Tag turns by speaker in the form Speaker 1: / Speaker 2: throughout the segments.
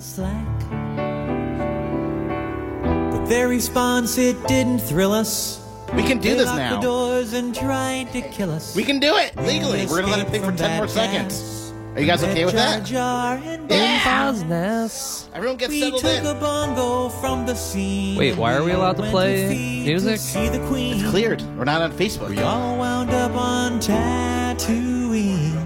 Speaker 1: slack. But their response, it didn't thrill us.
Speaker 2: We can do
Speaker 1: They
Speaker 2: this
Speaker 1: locked
Speaker 2: now.
Speaker 1: the doors and tried to kill us.
Speaker 2: We can do it legally. We're gonna let it play for
Speaker 1: Escape from
Speaker 2: ten more
Speaker 1: that
Speaker 2: seconds.
Speaker 1: gas.
Speaker 2: Are you guys okay with
Speaker 1: Jar
Speaker 2: that?
Speaker 1: Jar and
Speaker 2: Yeah.
Speaker 1: Buzz.
Speaker 3: Business.
Speaker 2: Everyone gets
Speaker 1: We
Speaker 2: settled
Speaker 1: took
Speaker 2: in.
Speaker 1: a bongo from the scene.
Speaker 3: Wait, why are we allowed to
Speaker 1: Went
Speaker 3: play
Speaker 1: see-
Speaker 3: music?
Speaker 1: To see the queen.
Speaker 2: It's cleared. We're not on Facebook.
Speaker 1: We all wound up on Tatooine.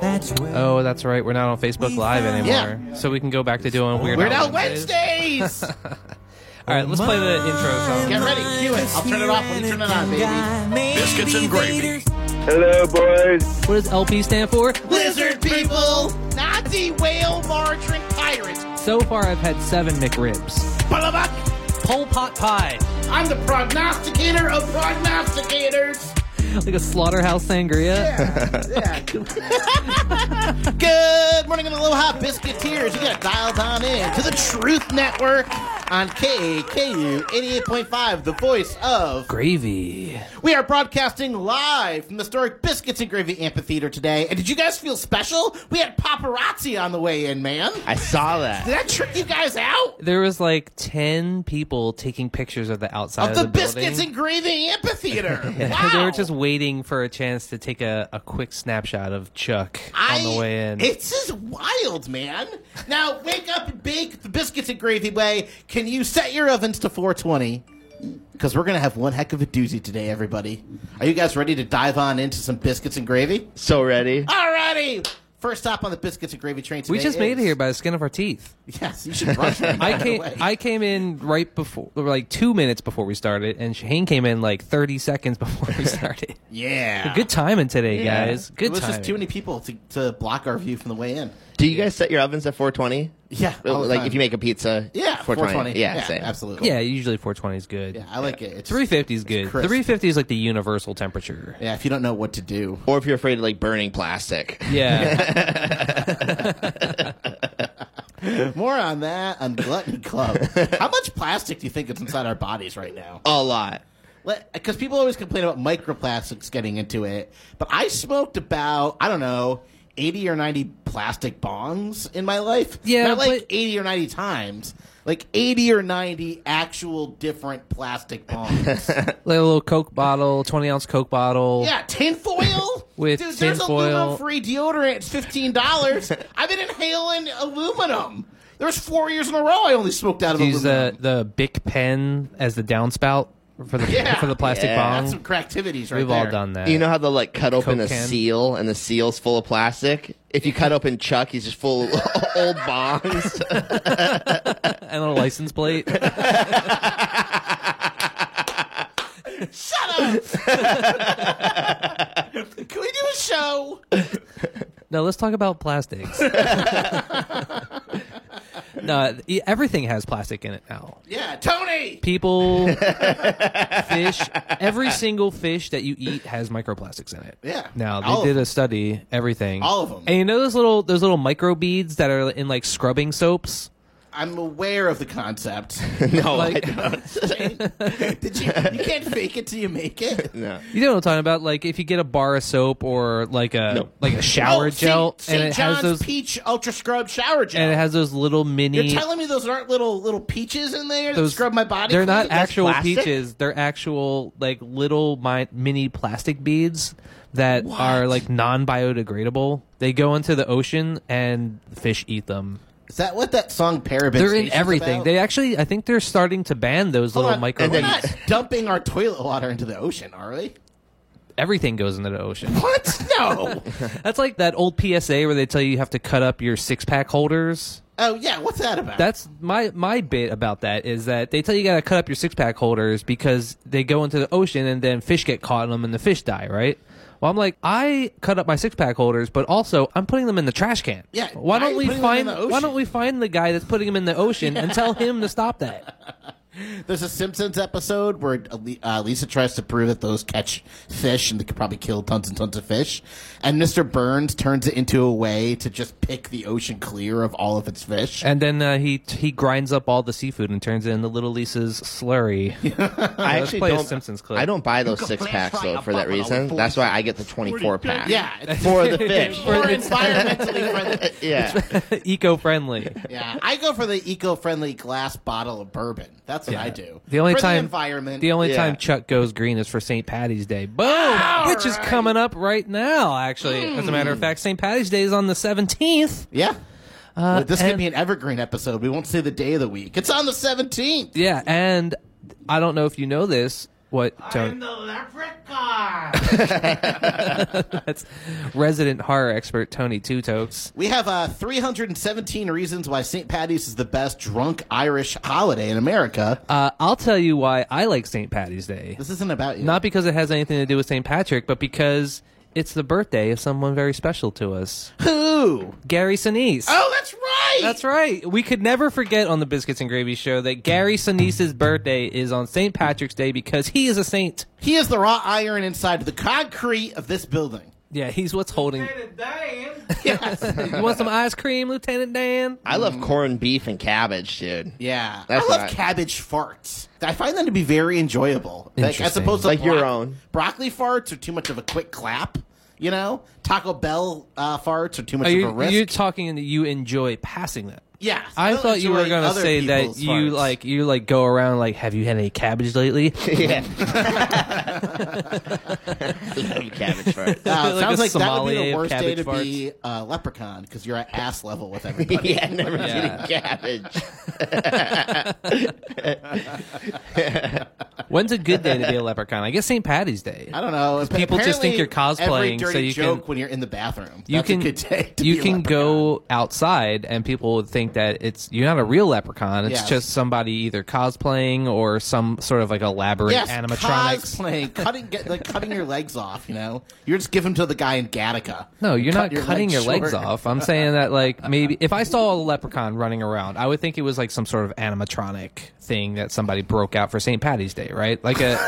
Speaker 1: That's where
Speaker 3: Oh, that's right. We're not on Facebook Live anymore, so we can go back to doing weird.
Speaker 2: We're
Speaker 3: Al
Speaker 2: now Wednesdays.
Speaker 3: All right, let's play the intro
Speaker 2: Get
Speaker 3: song.
Speaker 2: ready. Do it. I'll turn it off when you turn it on, baby.
Speaker 1: Biscuits and gravy.
Speaker 4: Hello, boys.
Speaker 3: What does LP stand for?
Speaker 2: Lizard people, Nazi whale margarine pirates.
Speaker 3: So far, I've had seven McRibs.
Speaker 2: Bullabuck,
Speaker 3: Pole pot pie,
Speaker 2: I'm the prognosticator of prognosticators.
Speaker 3: like a slaughterhouse sangria.
Speaker 2: Yeah. Good morning and aloha, biscuiteers. You got to dialed on in to the Truth Network on KKU 88.5, the voice of.
Speaker 3: Gravy.
Speaker 2: We are broadcasting live from the historic Biscuits and Gravy Amphitheater today. And did you guys feel special? We had paparazzi on the way in, man.
Speaker 5: I saw
Speaker 2: Did
Speaker 5: that.
Speaker 2: that trick you guys out?
Speaker 3: There was like ten people taking pictures of the outside
Speaker 2: Of the,
Speaker 3: building.
Speaker 2: Biscuits and Gravy Amphitheater.
Speaker 3: And They
Speaker 2: Wow.
Speaker 3: were just waiting for a chance to take a, a quick snapshot of Chuck
Speaker 2: I,
Speaker 3: on the way in.
Speaker 2: It's just wild, man. Now wake up and bake the biscuits and gravy way. Can you set your ovens to 420? Because we're gonna have one heck of a doozy today, everybody. Are you guys ready to dive on into some biscuits and gravy?
Speaker 5: So ready.
Speaker 2: Alrighty. First stop on the biscuits and gravy train. Today
Speaker 3: we just made it
Speaker 2: is-
Speaker 3: here by the skin of our teeth.
Speaker 2: Yes, you should brush that.
Speaker 3: I
Speaker 2: out of the
Speaker 3: came,
Speaker 2: way.
Speaker 3: I came in right before, like two minutes before we started, and Shane came in like 30 seconds before we started.
Speaker 2: yeah.
Speaker 3: Good timing today,
Speaker 2: Yeah.
Speaker 3: guys. Good
Speaker 2: It was
Speaker 3: timing.
Speaker 2: just too many people to, to block our view from the way in.
Speaker 5: Do you guys set your ovens at 420?
Speaker 2: Yeah, all the
Speaker 5: like
Speaker 2: time.
Speaker 5: if you make a pizza.
Speaker 2: Yeah, 420.
Speaker 5: Yeah,
Speaker 2: yeah
Speaker 5: same.
Speaker 2: absolutely.
Speaker 3: yeah, usually 420 is good.
Speaker 2: yeah, I like it. It's
Speaker 3: 350 is good.
Speaker 2: crisp.
Speaker 3: 350 is like the universal temperature.
Speaker 2: Yeah, if you don't know what to do,
Speaker 5: Or if you're afraid of like burning plastic.
Speaker 3: Yeah.
Speaker 2: More on that on Gluttony Club. How much plastic do you think is inside our bodies right now?
Speaker 5: A lot.
Speaker 2: Because people always complain about microplastics getting into it, but I smoked about I don't know eighty or ninety plastic bongs in my life.
Speaker 3: Yeah,
Speaker 2: not like
Speaker 3: but-
Speaker 2: eighty or ninety times, like eighty or ninety actual different plastic bongs.
Speaker 3: like a little Coke bottle, 20 ounce Coke bottle.
Speaker 2: yeah, tinfoil.
Speaker 3: With
Speaker 2: Dude, there's
Speaker 3: tinfoil.
Speaker 2: aluminum free deodorant. It's fifteen dollars. I've been inhaling aluminum. There's four years in a row I only smoked out of
Speaker 3: Use
Speaker 2: aluminum.
Speaker 3: the, uh, the Bic pen as the downspout for the,
Speaker 2: Yeah.
Speaker 3: for the plastic
Speaker 5: Yeah.
Speaker 3: bong.
Speaker 2: That's some cracktivities right
Speaker 3: We've
Speaker 2: there.
Speaker 3: all done that.
Speaker 5: You know how they'll like cut open
Speaker 3: Coke
Speaker 5: a
Speaker 3: can.
Speaker 5: seal and the seal's full of plastic? If you cut open Chuck, he's just full of old bongs.
Speaker 3: and on a license plate.
Speaker 2: Shut up! Can we do a show?
Speaker 3: No, let's talk about plastics. no, e- everything has plastic in it now.
Speaker 2: Yeah, Tony!
Speaker 3: People, fish, every single fish that you eat has microplastics in it.
Speaker 2: Yeah,
Speaker 3: Now
Speaker 2: all
Speaker 3: they
Speaker 2: of
Speaker 3: did
Speaker 2: them.
Speaker 3: a study, everything,
Speaker 2: All of them.
Speaker 3: and you know those little those little micro beads that are in like scrubbing soaps.
Speaker 2: I'm aware of the concept.
Speaker 5: no,
Speaker 3: Like-
Speaker 5: I don't.
Speaker 2: Did you? You can't fake it till you make it.
Speaker 5: No.
Speaker 3: You know what I'm talking about? Like if you get a bar of soap or like a like a shower
Speaker 2: Oh,
Speaker 3: gel,
Speaker 2: St. St.
Speaker 3: and it
Speaker 2: John's
Speaker 3: has those
Speaker 2: peach ultra scrub shower gel.
Speaker 3: and it has those little mini.
Speaker 2: You're telling me those aren't little little peaches in there
Speaker 3: Those-
Speaker 2: that scrub my body?
Speaker 3: They're not
Speaker 2: clean?
Speaker 3: actual
Speaker 5: plastic?
Speaker 3: peaches. They're actual like little mi- mini plastic beads that are like non-biodegradable. They go into the ocean and fish eat them.
Speaker 2: Is that what that song Paraben?
Speaker 3: They're in everything.
Speaker 2: About?
Speaker 3: They actually, I think they're starting to ban those
Speaker 2: Hold
Speaker 3: little
Speaker 2: on.
Speaker 3: micro.
Speaker 2: We're
Speaker 5: then-
Speaker 2: not dumping our toilet water into the ocean, are we?
Speaker 3: everything goes into the ocean.
Speaker 2: What? No.
Speaker 3: That's like that old PSA where they tell you you have to cut up your six-pack holders.
Speaker 2: oh yeah, what's that about?
Speaker 3: That's my my bit about that is that they tell you got to cut up your six pack holders because they go into the ocean and then fish get caught in them and the fish die, right? Well, I'm like, I cut up my six pack holders, but also I'm putting them in the trash can.
Speaker 2: Yeah,
Speaker 3: Why
Speaker 2: why are
Speaker 3: don't
Speaker 2: you
Speaker 3: we
Speaker 2: putting them in
Speaker 3: find
Speaker 2: the
Speaker 3: Why don't we find the guy that's putting them in the ocean and tell him to stop that?
Speaker 2: There's a Simpsons episode where uh, Lisa tries to prove that those catch fish and they could probably kill tons and tons of fish. And Mr. Burns turns it into a way to just pick the ocean clear of all of its fish.
Speaker 3: And then uh, he he grinds up all the seafood and turns it into Little Lisa's slurry.
Speaker 5: I actually
Speaker 3: play a
Speaker 5: don't.
Speaker 3: Simpsons clip.
Speaker 5: I don't buy those six packs though for that reason. That's why I get the twenty four pack.
Speaker 2: yeah, it's
Speaker 5: for the fish.
Speaker 2: more environmentally friendly.
Speaker 5: yeah,
Speaker 3: Eco friendly.
Speaker 2: Yeah, I go for the eco-friendly glass bottle of bourbon. That's what I do.
Speaker 3: The only
Speaker 2: for
Speaker 3: time
Speaker 2: the environment.
Speaker 3: The only
Speaker 5: Yeah.
Speaker 3: time Chuck goes green is for St. Patty's Day. Boom, which is coming up right now. Actually, as a
Speaker 2: Hmm.
Speaker 3: matter of fact, St. Patty's Day is on the seventeenth.
Speaker 2: yeah. Well, this could
Speaker 3: Uh, and-
Speaker 2: be an evergreen episode. We won't say the day of the week. It's on the 17th.
Speaker 3: Yeah, and I don't know if you know this. What Tony?
Speaker 2: the leprechaun.
Speaker 3: That's resident horror expert Tony Two Totes.
Speaker 2: We have uh, 317 reasons why St. Patty's is the best drunk Irish holiday in America.
Speaker 3: Uh, I'll tell you why I like St. Patty's Day.
Speaker 2: this isn't about you.
Speaker 3: Not because it has anything to do with St. Patrick, but because it's the birthday of someone very special to us,
Speaker 2: who.
Speaker 3: Gary Sinise.
Speaker 2: Oh, that's right.
Speaker 3: That's right. We could never forget on the Biscuits and Gravy show that Gary Sinise's birthday is on St. Patrick's Day because he is a saint.
Speaker 2: He is the raw iron inside the concrete of this building.
Speaker 3: Yeah, he's what's holding.
Speaker 2: Yes.
Speaker 3: You want some ice cream, Lieutenant Dan?
Speaker 5: I love corned beef and cabbage, dude.
Speaker 2: Mm-hmm. yeah.
Speaker 5: That's
Speaker 2: I love
Speaker 5: right.
Speaker 2: cabbage farts. I find them to be very enjoyable. Like, as
Speaker 3: Interesting.
Speaker 2: opposed to
Speaker 5: Like your own.
Speaker 2: Broccoli farts are too much of a quick clap. You know, Taco Bell uh, farts are too much
Speaker 3: Are
Speaker 2: of a
Speaker 3: you,
Speaker 2: risk.
Speaker 3: you're talking that you enjoy passing that.
Speaker 2: yeah,
Speaker 3: I
Speaker 2: don't
Speaker 3: thought you were
Speaker 2: enjoy
Speaker 3: gonna
Speaker 2: other
Speaker 3: say that
Speaker 2: people's
Speaker 3: you
Speaker 2: farts.
Speaker 3: like you like go around like, have you had any cabbage lately?
Speaker 5: Yeah. love cabbage farts.
Speaker 2: Uh,
Speaker 3: Like
Speaker 2: sounds like
Speaker 3: a
Speaker 2: that would be
Speaker 3: sommelier
Speaker 2: the
Speaker 3: of
Speaker 2: worst day
Speaker 3: cabbage
Speaker 2: to be uh, leprechaun because you're at ass level with everybody.
Speaker 5: yeah, never
Speaker 3: Yeah.
Speaker 5: getting cabbage.
Speaker 3: When's a good day to be a leprechaun? I guess St. Patty's Day.
Speaker 2: I don't know. But
Speaker 3: people just think
Speaker 2: apparently
Speaker 3: you're cosplaying,
Speaker 2: Every dirty
Speaker 3: so you can-
Speaker 2: joke when you're in the bathroom.
Speaker 3: you
Speaker 2: That's
Speaker 3: can
Speaker 2: a good day to
Speaker 3: you
Speaker 2: be a
Speaker 3: can
Speaker 2: leprechaun.
Speaker 3: go outside and people would think that it's you're not a real leprechaun. It's
Speaker 2: Yes.
Speaker 3: just somebody either cosplaying or some sort of like elaborate
Speaker 2: Yes,
Speaker 3: animatronics.
Speaker 2: cosplaying, cutting, get, like, cutting your legs off. You know, you're just giving to the guy in Gattaca.
Speaker 3: No, you're
Speaker 2: Cut
Speaker 3: not
Speaker 2: your
Speaker 3: cutting
Speaker 2: legs
Speaker 3: your legs
Speaker 2: short.
Speaker 3: off. I'm saying that like maybe if I saw a leprechaun running around, I would think it was like some sort of animatronic thing that somebody broke out for St. Patty's Day, right? Like a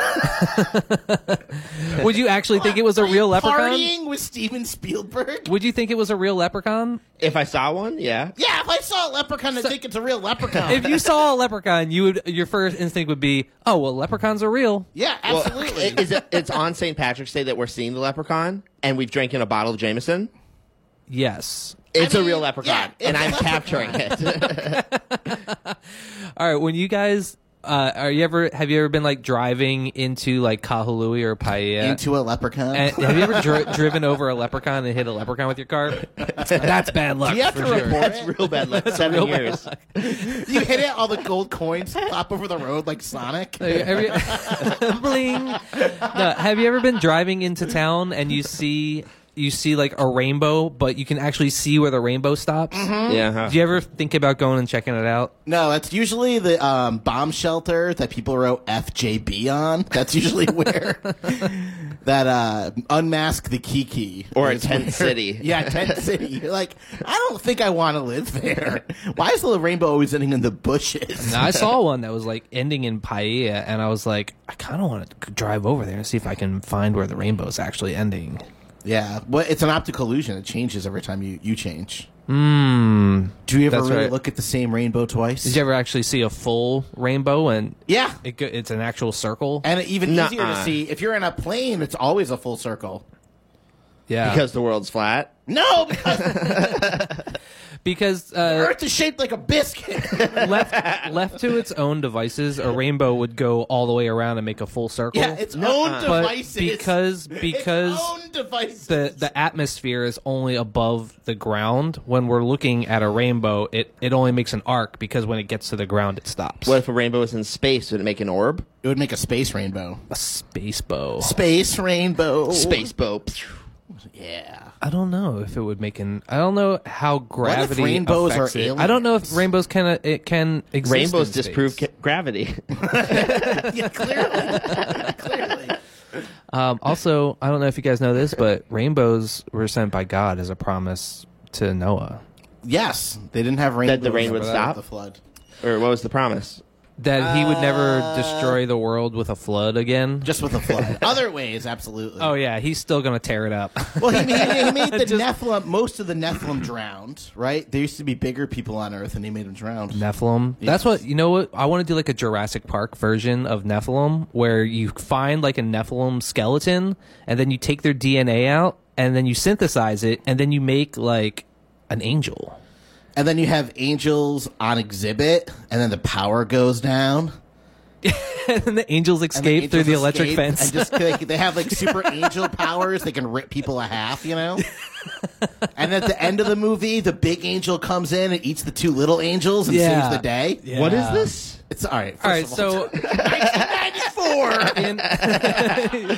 Speaker 3: Would you actually think it was a real leprechaun?
Speaker 2: Partying with Steven Spielberg.
Speaker 3: Would you think it was a real leprechaun?
Speaker 5: If I saw one, yeah.
Speaker 2: yeah, if I saw a leprechaun, I think it's a real leprechaun.
Speaker 3: If you saw a leprechaun, you would your first instinct would be, "Oh, well, leprechauns are real."
Speaker 2: yeah,
Speaker 5: Well,
Speaker 2: absolutely.
Speaker 5: i- is it, it's on St. Patrick's Day that we're seeing the leprechaun, and we've drinking a bottle of Jameson.
Speaker 3: Yes.
Speaker 5: It's
Speaker 2: mean,
Speaker 5: a real
Speaker 2: yeah,
Speaker 5: leprechaun,
Speaker 2: it's
Speaker 5: and
Speaker 2: a
Speaker 5: I'm
Speaker 2: leprechaun.
Speaker 5: capturing it.
Speaker 3: All right, when you guys uh, are you ever have you ever been like driving into like Kahului or Paia?
Speaker 2: Into a leprechaun.
Speaker 3: and have you ever dri driven over a leprechaun and hit a leprechaun with your car? That's bad luck.
Speaker 2: you have to
Speaker 3: for sure.
Speaker 2: report
Speaker 5: That's
Speaker 2: it?
Speaker 5: real bad luck. Seven years.
Speaker 2: You hit it, all the gold coins flop over the road like Sonic.
Speaker 3: Have you- Bling. No, have you ever been driving into town and you see you see like a rainbow, but you can actually see where the rainbow stops?
Speaker 2: Mm-hmm.
Speaker 5: Yeah. huh.
Speaker 3: Do you ever think about going and checking it out?
Speaker 2: No, it's usually the um, bomb shelter that people wrote FJB on. That's usually where that uh, unmask the Kiki
Speaker 5: Or a
Speaker 2: is
Speaker 5: tent city.
Speaker 2: Yeah, tent city. You're like, I don't think I want to live there. Why is the rainbow always ending in the bushes?
Speaker 3: Now, I saw one that was like ending in Paia, and I was like, I kind of want to drive over there and see if I can find where the rainbow's actually ending.
Speaker 2: Yeah, well, it's an optical illusion. It changes every time you you change.
Speaker 5: Hmm.
Speaker 2: Do you ever
Speaker 3: That's
Speaker 2: really
Speaker 3: right.
Speaker 2: look at the same rainbow twice?
Speaker 3: Did you ever actually see a full rainbow and
Speaker 2: yeah.
Speaker 3: it, go- it's an actual circle?
Speaker 2: And even easier to
Speaker 5: Nuh-uh.
Speaker 2: see if you're in a plane. It's always a full circle.
Speaker 3: Yeah, because
Speaker 5: Because the world's flat.
Speaker 2: No, because
Speaker 3: because uh,
Speaker 2: Earth is shaped like a biscuit.
Speaker 3: left left to its own devices, a rainbow would go all the way around and make a full circle.
Speaker 2: Yeah, its own
Speaker 3: but
Speaker 2: devices.
Speaker 3: because
Speaker 2: its
Speaker 3: because
Speaker 2: own devices.
Speaker 3: the the atmosphere is only above the ground. When we're looking at a rainbow, it it only makes an arc because when it gets to the ground, it stops.
Speaker 5: What if a rainbow was in space? Would it make an orb?
Speaker 2: it would make a space rainbow.
Speaker 3: a space bow?
Speaker 2: Space rainbow.
Speaker 5: Space bow. Phew.
Speaker 2: Yeah.
Speaker 3: I don't know if it would make an. I don't know how gravity
Speaker 2: rainbows
Speaker 3: affects
Speaker 2: are
Speaker 3: it. I don't know if rainbows can uh, it can exist.
Speaker 5: Rainbows
Speaker 3: in
Speaker 5: disprove
Speaker 3: space.
Speaker 5: ca- gravity.
Speaker 2: yeah clearly. clearly.
Speaker 3: Um, also, I don't know if you guys know this, but rainbows were sent by God as a promise to Noah.
Speaker 2: Yes, they didn't have rainbows.
Speaker 5: the rain would
Speaker 2: without
Speaker 5: stop?
Speaker 2: the flood.
Speaker 5: or what was the promise?
Speaker 3: that he would never destroy the world with a flood again.
Speaker 2: Just with a flood. Other ways, absolutely.
Speaker 3: oh yeah, he's still gonna tear it up.
Speaker 2: Well, he, he, he made the Nephilim, most of the Nephilim drowned, right? There used to be bigger people on Earth, and he made them drown.
Speaker 3: Nephilim. That's what you know. What I want to do like a Jurassic Park version of Nephilim, where you find like a Nephilim skeleton, and then you take their DNA out, and then you synthesize it, and then you make like an angel.
Speaker 2: And then you have angels on exhibit, and then the power goes down.
Speaker 3: and the angels
Speaker 2: and the
Speaker 3: escape through the
Speaker 2: angels
Speaker 3: electric
Speaker 2: escape,
Speaker 3: fence.
Speaker 2: And just, they, they have like super angel powers. They can rip people a half, you know? and at the end of the movie, the big angel comes in and eats the two little angels and
Speaker 3: Yeah.
Speaker 2: saves the day.
Speaker 3: Yeah.
Speaker 5: What is this?
Speaker 2: It's all right. First
Speaker 3: All
Speaker 2: of
Speaker 3: right,
Speaker 2: all,
Speaker 3: so
Speaker 2: four.
Speaker 3: in,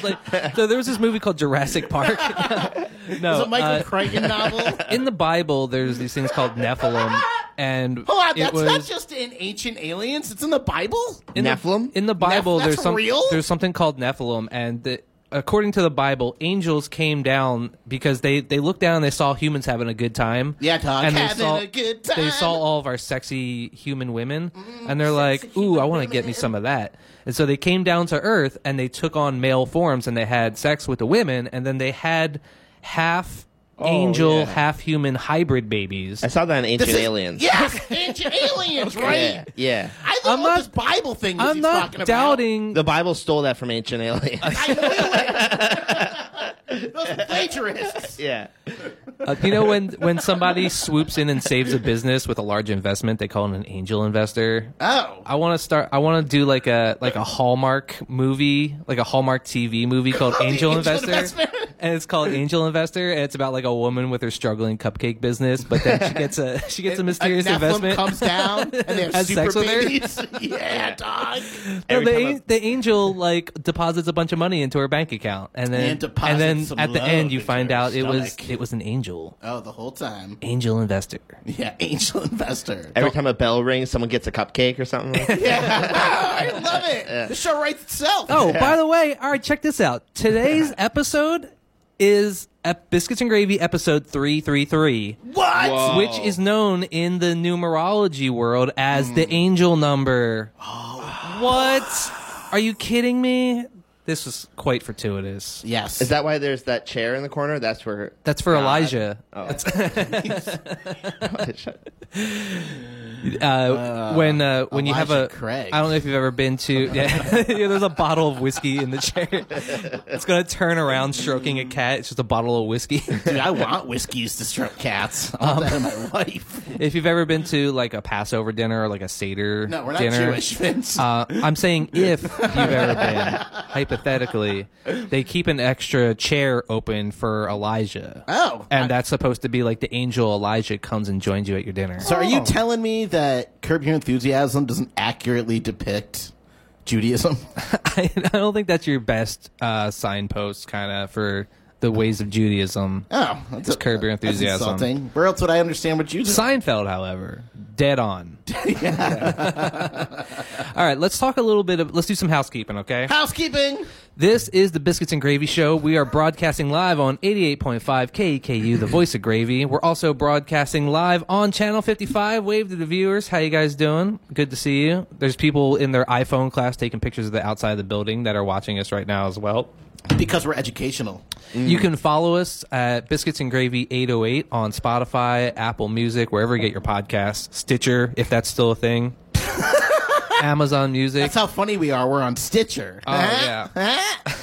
Speaker 3: like, so there was this movie called Jurassic Park. no,
Speaker 2: It's a Michael
Speaker 3: uh,
Speaker 2: Crichton novel.
Speaker 3: in the Bible, there's these things called Nephilim, and
Speaker 2: Hold on,
Speaker 3: it
Speaker 2: that's
Speaker 3: was
Speaker 2: not just in Ancient Aliens. It's in the Bible.
Speaker 3: in
Speaker 5: Nephilim?
Speaker 3: The, in the Bible,
Speaker 2: Neph-
Speaker 3: there's
Speaker 2: that's
Speaker 3: some
Speaker 2: real?
Speaker 3: there's something called Nephilim, and the, according to the Bible, angels came down because they they looked down and they saw humans having a good time.
Speaker 2: Yeah, Todd,
Speaker 3: and they
Speaker 2: having
Speaker 3: saw
Speaker 2: a good
Speaker 3: they
Speaker 2: time. Mm,
Speaker 3: saw all of our sexy human women, and they're like, "Ooh, I want to get me some of that." And so they came down to Earth and they took on male forms and they had sex with the women, and then they had half
Speaker 2: Oh,
Speaker 3: angel,
Speaker 5: yeah.
Speaker 3: half human hybrid babies.
Speaker 5: I saw that in Ancient
Speaker 2: This is-
Speaker 5: Aliens.
Speaker 2: Yes, Ancient Aliens, right?
Speaker 5: yeah, yeah.
Speaker 2: I love
Speaker 3: I'm
Speaker 2: all
Speaker 3: not-
Speaker 2: this Bible thing that
Speaker 3: I'm
Speaker 2: he's
Speaker 3: not
Speaker 2: talking
Speaker 3: doubting
Speaker 5: The Bible stole that from Ancient Aliens.
Speaker 2: about. I knew it. Those plagiarists.
Speaker 5: yeah.
Speaker 3: Uh, you know when when somebody swoops in and saves a business with a large investment, they call it an angel investor.
Speaker 2: Oh.
Speaker 3: I want to start. I want to do like a like a Hallmark movie, like a Hallmark TV movie called
Speaker 2: Angel
Speaker 3: Angel, Investor,
Speaker 2: Investor.
Speaker 3: and it's called Angel Investor, and it's about like a woman with her struggling cupcake business, but then she gets a she gets a mysterious
Speaker 2: Nephilim
Speaker 3: investment.
Speaker 2: comes down and they have
Speaker 3: Has
Speaker 2: super
Speaker 3: sex with her?
Speaker 2: babies. yeah, dog.
Speaker 3: No,
Speaker 5: Every
Speaker 3: the,
Speaker 5: time
Speaker 3: an- the angel like deposits a bunch of money into her bank account, and then
Speaker 2: And deposits
Speaker 3: then
Speaker 2: some
Speaker 3: at the
Speaker 2: love
Speaker 3: end you
Speaker 2: into
Speaker 3: find
Speaker 2: her
Speaker 3: out it was
Speaker 2: stomach.
Speaker 3: it was an angel,
Speaker 2: Oh, the whole time.
Speaker 3: angel investor.
Speaker 2: Yeah, Angel Investor.
Speaker 5: Every time a bell rings, someone gets a cupcake or something. like that.
Speaker 2: I love it. The show writes itself.
Speaker 3: Oh, by the way, all right, check this out. Today's episode is Ep- Biscuits and Gravy episode 333,
Speaker 2: what?
Speaker 5: Whoa.
Speaker 3: which
Speaker 2: Oh.
Speaker 3: is known in the numerology world as the
Speaker 2: Hmm.
Speaker 3: angel number.
Speaker 2: Oh.
Speaker 3: What? Are you kidding me? This was quite fortuitous.
Speaker 2: Yes.
Speaker 5: Is that why there's that chair in the corner? That's where.
Speaker 3: That's for Elijah.
Speaker 2: Oh.
Speaker 3: Uh, when uh, when you have
Speaker 2: Elijah
Speaker 3: a,
Speaker 2: Craig.
Speaker 3: I don't know if you've ever been to. Yeah, yeah, there's a bottle of whiskey in the chair. It's gonna turn around, stroking a cat. It's just a bottle of whiskey.
Speaker 2: Dude, I want whiskeys to stroke cats. I want that in my life.
Speaker 3: If you've ever been to like a Passover dinner or like a Seder
Speaker 2: No, we're not
Speaker 3: dinner,
Speaker 2: Jewish, Vince.
Speaker 3: Uh, I'm saying if you've ever been, hypothetically, they keep an extra chair open for Elijah.
Speaker 2: Oh.
Speaker 3: and that's supposed to be like the angel Elijah comes and joins you at your dinner.
Speaker 2: so, are you telling me that Curb Your Enthusiasm doesn't accurately depict Judaism?
Speaker 3: I, I don't think that's your best uh, signpost, kind of for the ways of Judaism.
Speaker 2: Oh, that's a,
Speaker 3: Curb Your
Speaker 2: that's
Speaker 3: Enthusiasm.
Speaker 2: insulting. Where else would I understand what Judaism?
Speaker 3: Seinfeld, however, dead on. All right, let's talk a little bit of. Let's do some housekeeping, okay?
Speaker 2: Housekeeping.
Speaker 3: This is the Biscuits and Gravy Show. We are broadcasting live on 88.5 KEKU, the voice of gravy. We're also broadcasting live on Channel 55. Wave to the viewers. How you guys doing? Good to see you. There's people in their iPhone class taking pictures of the outside of the building that are watching us right now as well.
Speaker 2: Because we're educational.
Speaker 3: You can follow us at Biscuits and Gravy 808 on Spotify, Apple Music, wherever you get your podcasts, Stitcher, if that's still a thing, Amazon Music.
Speaker 2: That's how funny we are. We're on Stitcher.
Speaker 3: Oh,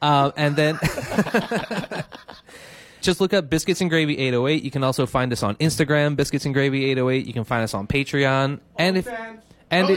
Speaker 3: Um, and then just look up Biscuits and Gravy 808. You can also find us on Instagram, Biscuits and Gravy 808. You can find us on Patreon. And if. And if-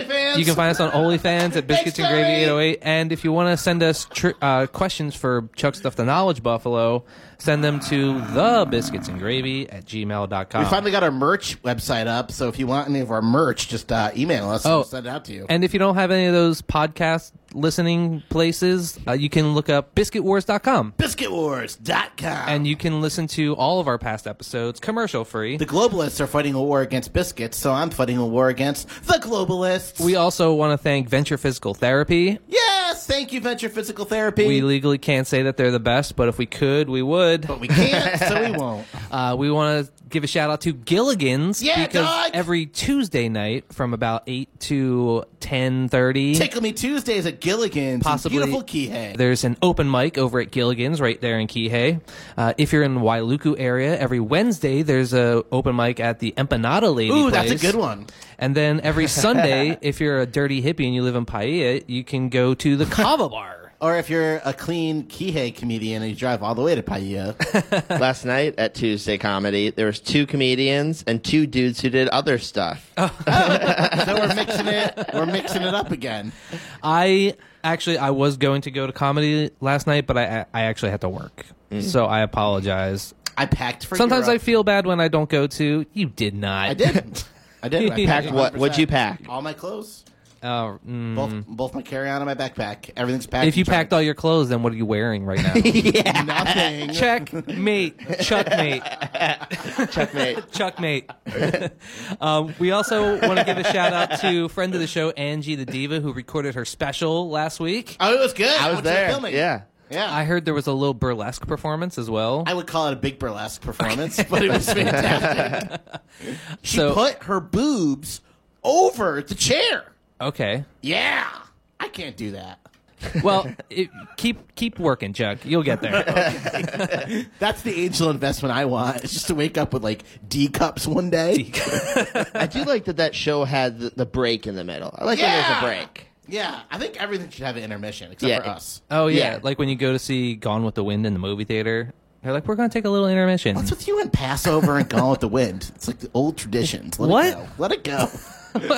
Speaker 2: OnlyFans.
Speaker 3: you can find us on OnlyFans at Biscuits and Gravy
Speaker 2: Terry.
Speaker 3: 808. And if you want to send us tr- uh, questions for Chuck Stuff the Knowledge Buffalo, send them to the Biscuits and Gravy at gmail.com.
Speaker 2: We finally got our merch website up, so if you want any of our merch, just uh, email us. and
Speaker 3: Oh.
Speaker 2: we'll send it out to you.
Speaker 3: And if you don't have any of those podcast listening places, uh, you can look up biscuitwars.com.
Speaker 2: BiscuitWars.com.
Speaker 3: and you can listen to all of our past episodes commercial free.
Speaker 2: the globalists are fighting a war against biscuits, so I'm fighting a war against the globalists.
Speaker 3: We also want to thank Venture Physical Therapy.
Speaker 2: yes, thank you, Venture Physical Therapy.
Speaker 3: We legally
Speaker 2: Oh.
Speaker 3: can't say that they're the best, but if we could, we would.
Speaker 2: but we can't, so we won't.
Speaker 3: Uh, we want to give a shout out to Gilligan's
Speaker 2: Yeah,
Speaker 3: because
Speaker 2: dog!
Speaker 3: every Tuesday night from about eight to ten thirty.
Speaker 2: Tickle Me Tuesdays at Gilligan's. in
Speaker 3: Possibly-
Speaker 2: Beautiful Kihei.
Speaker 3: There's an open mic over at Gilligan's right there in Kihei. Uh, if you're in Wailuku area, every Wednesday there's a open mic at the Empanada Lady.
Speaker 2: Ooh, that's a
Speaker 3: place.
Speaker 2: good one.
Speaker 3: And then every Sunday, if you're a dirty hippie and you live in Paia, you can go to the Kava Bar.
Speaker 2: Or if you're a clean Kihei comedian and you drive all the way to Paia.
Speaker 5: Last night at Tuesday comedy, there was two comedians and two dudes who did other stuff.
Speaker 2: Oh, so we're mixing it. We're mixing it up again.
Speaker 3: I actually I was going to go to comedy last night, but I I actually had to work, so I apologize.
Speaker 2: I packed for
Speaker 3: Sometimes I
Speaker 2: Europe.
Speaker 3: feel bad when I don't go to. You did not.
Speaker 2: I did. I did. I
Speaker 3: Packed
Speaker 5: what?
Speaker 2: 100%.
Speaker 5: What'd you pack?
Speaker 2: All my clothes.
Speaker 3: Uh, mm.
Speaker 2: Both, both my carry-on and my backpack. Everything's packed.
Speaker 3: if you
Speaker 2: and charged.
Speaker 3: packed all your clothes, then what are you wearing right now?
Speaker 2: nothing,
Speaker 3: Checkmate. Chuckmate.
Speaker 5: Checkmate.
Speaker 3: Chuckmate. um, we also want to give a shout out to friend of the show, Angie the Diva, who recorded her special last week.
Speaker 2: oh, it was good.
Speaker 5: I was
Speaker 2: went to the
Speaker 5: there.
Speaker 2: filming.
Speaker 5: Yeah.
Speaker 2: yeah.
Speaker 3: I heard there was a little burlesque performance as well.
Speaker 2: I would call it a big burlesque performance, but it was fantastic. she
Speaker 3: So-
Speaker 2: put her boobs over the chair.
Speaker 3: Okay.
Speaker 2: Yeah, I can't do that.
Speaker 3: Well, it, keep keep working, Chuck. You'll get there.
Speaker 2: That's the angel investment I want. It's just to wake up with like D cups one day.
Speaker 5: I do like that that show had the, the break in the middle. I like that
Speaker 2: Yeah.
Speaker 5: there's a break.
Speaker 2: yeah, I think everything should have an intermission except
Speaker 5: Yeah.
Speaker 2: for us.
Speaker 3: Oh yeah,
Speaker 5: Yeah.
Speaker 3: like when you go to see Gone with the Wind in the movie theater, they're like, "We're going to take a little intermission."
Speaker 2: What's with you and Passover and Gone with the Wind? It's like the old traditions. Let
Speaker 3: What?
Speaker 2: It go. Let it go.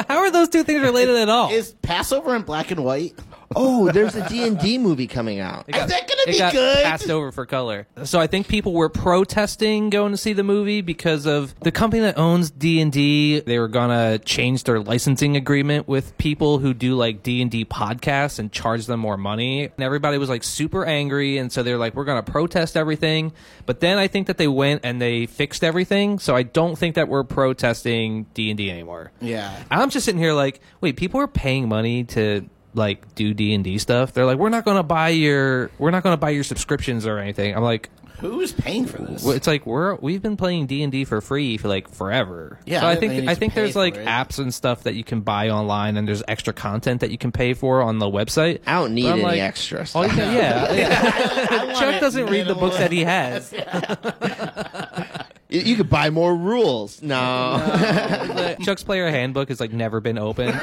Speaker 3: How are those two things related at all?
Speaker 2: Is Passover in black and white?
Speaker 5: Oh, there's a D&D movie coming out.
Speaker 2: Is that going to
Speaker 3: it
Speaker 2: be
Speaker 3: got
Speaker 2: good?
Speaker 3: passed over for color. So I think people were protesting going to see the movie because of the company that owns D and D. They were gonna change their licensing agreement with people who do like D and D podcasts and charge them more money. And everybody was like super angry, and so they're like, "We're gonna protest everything." But then I think that they went and they fixed everything. So I don't think that we're protesting D and D anymore.
Speaker 2: Yeah.
Speaker 3: I'm just sitting here like, wait, people are paying money to like do D and D stuff. They're like, we're not gonna buy your, we're not gonna buy your subscriptions or anything. I'm like,
Speaker 2: Who's paying for this?
Speaker 3: well, it's like we're we've been playing D and D for free for like forever.
Speaker 2: Yeah,
Speaker 3: so I
Speaker 2: they need
Speaker 3: think
Speaker 2: to
Speaker 3: I think
Speaker 2: pay
Speaker 3: there's
Speaker 2: for
Speaker 3: like
Speaker 2: it.
Speaker 3: apps and stuff that you can buy online, and there's extra content that you can pay for on the website.
Speaker 5: I don't need
Speaker 3: But I'm
Speaker 5: any
Speaker 3: like,
Speaker 5: extra
Speaker 3: all
Speaker 5: stuff.
Speaker 3: you can, yeah. Chuck
Speaker 2: it
Speaker 3: doesn't read the books
Speaker 2: minimal.
Speaker 3: that he has.
Speaker 5: You, you could buy more rules. No.
Speaker 3: Chuck's player handbook has like never been opened.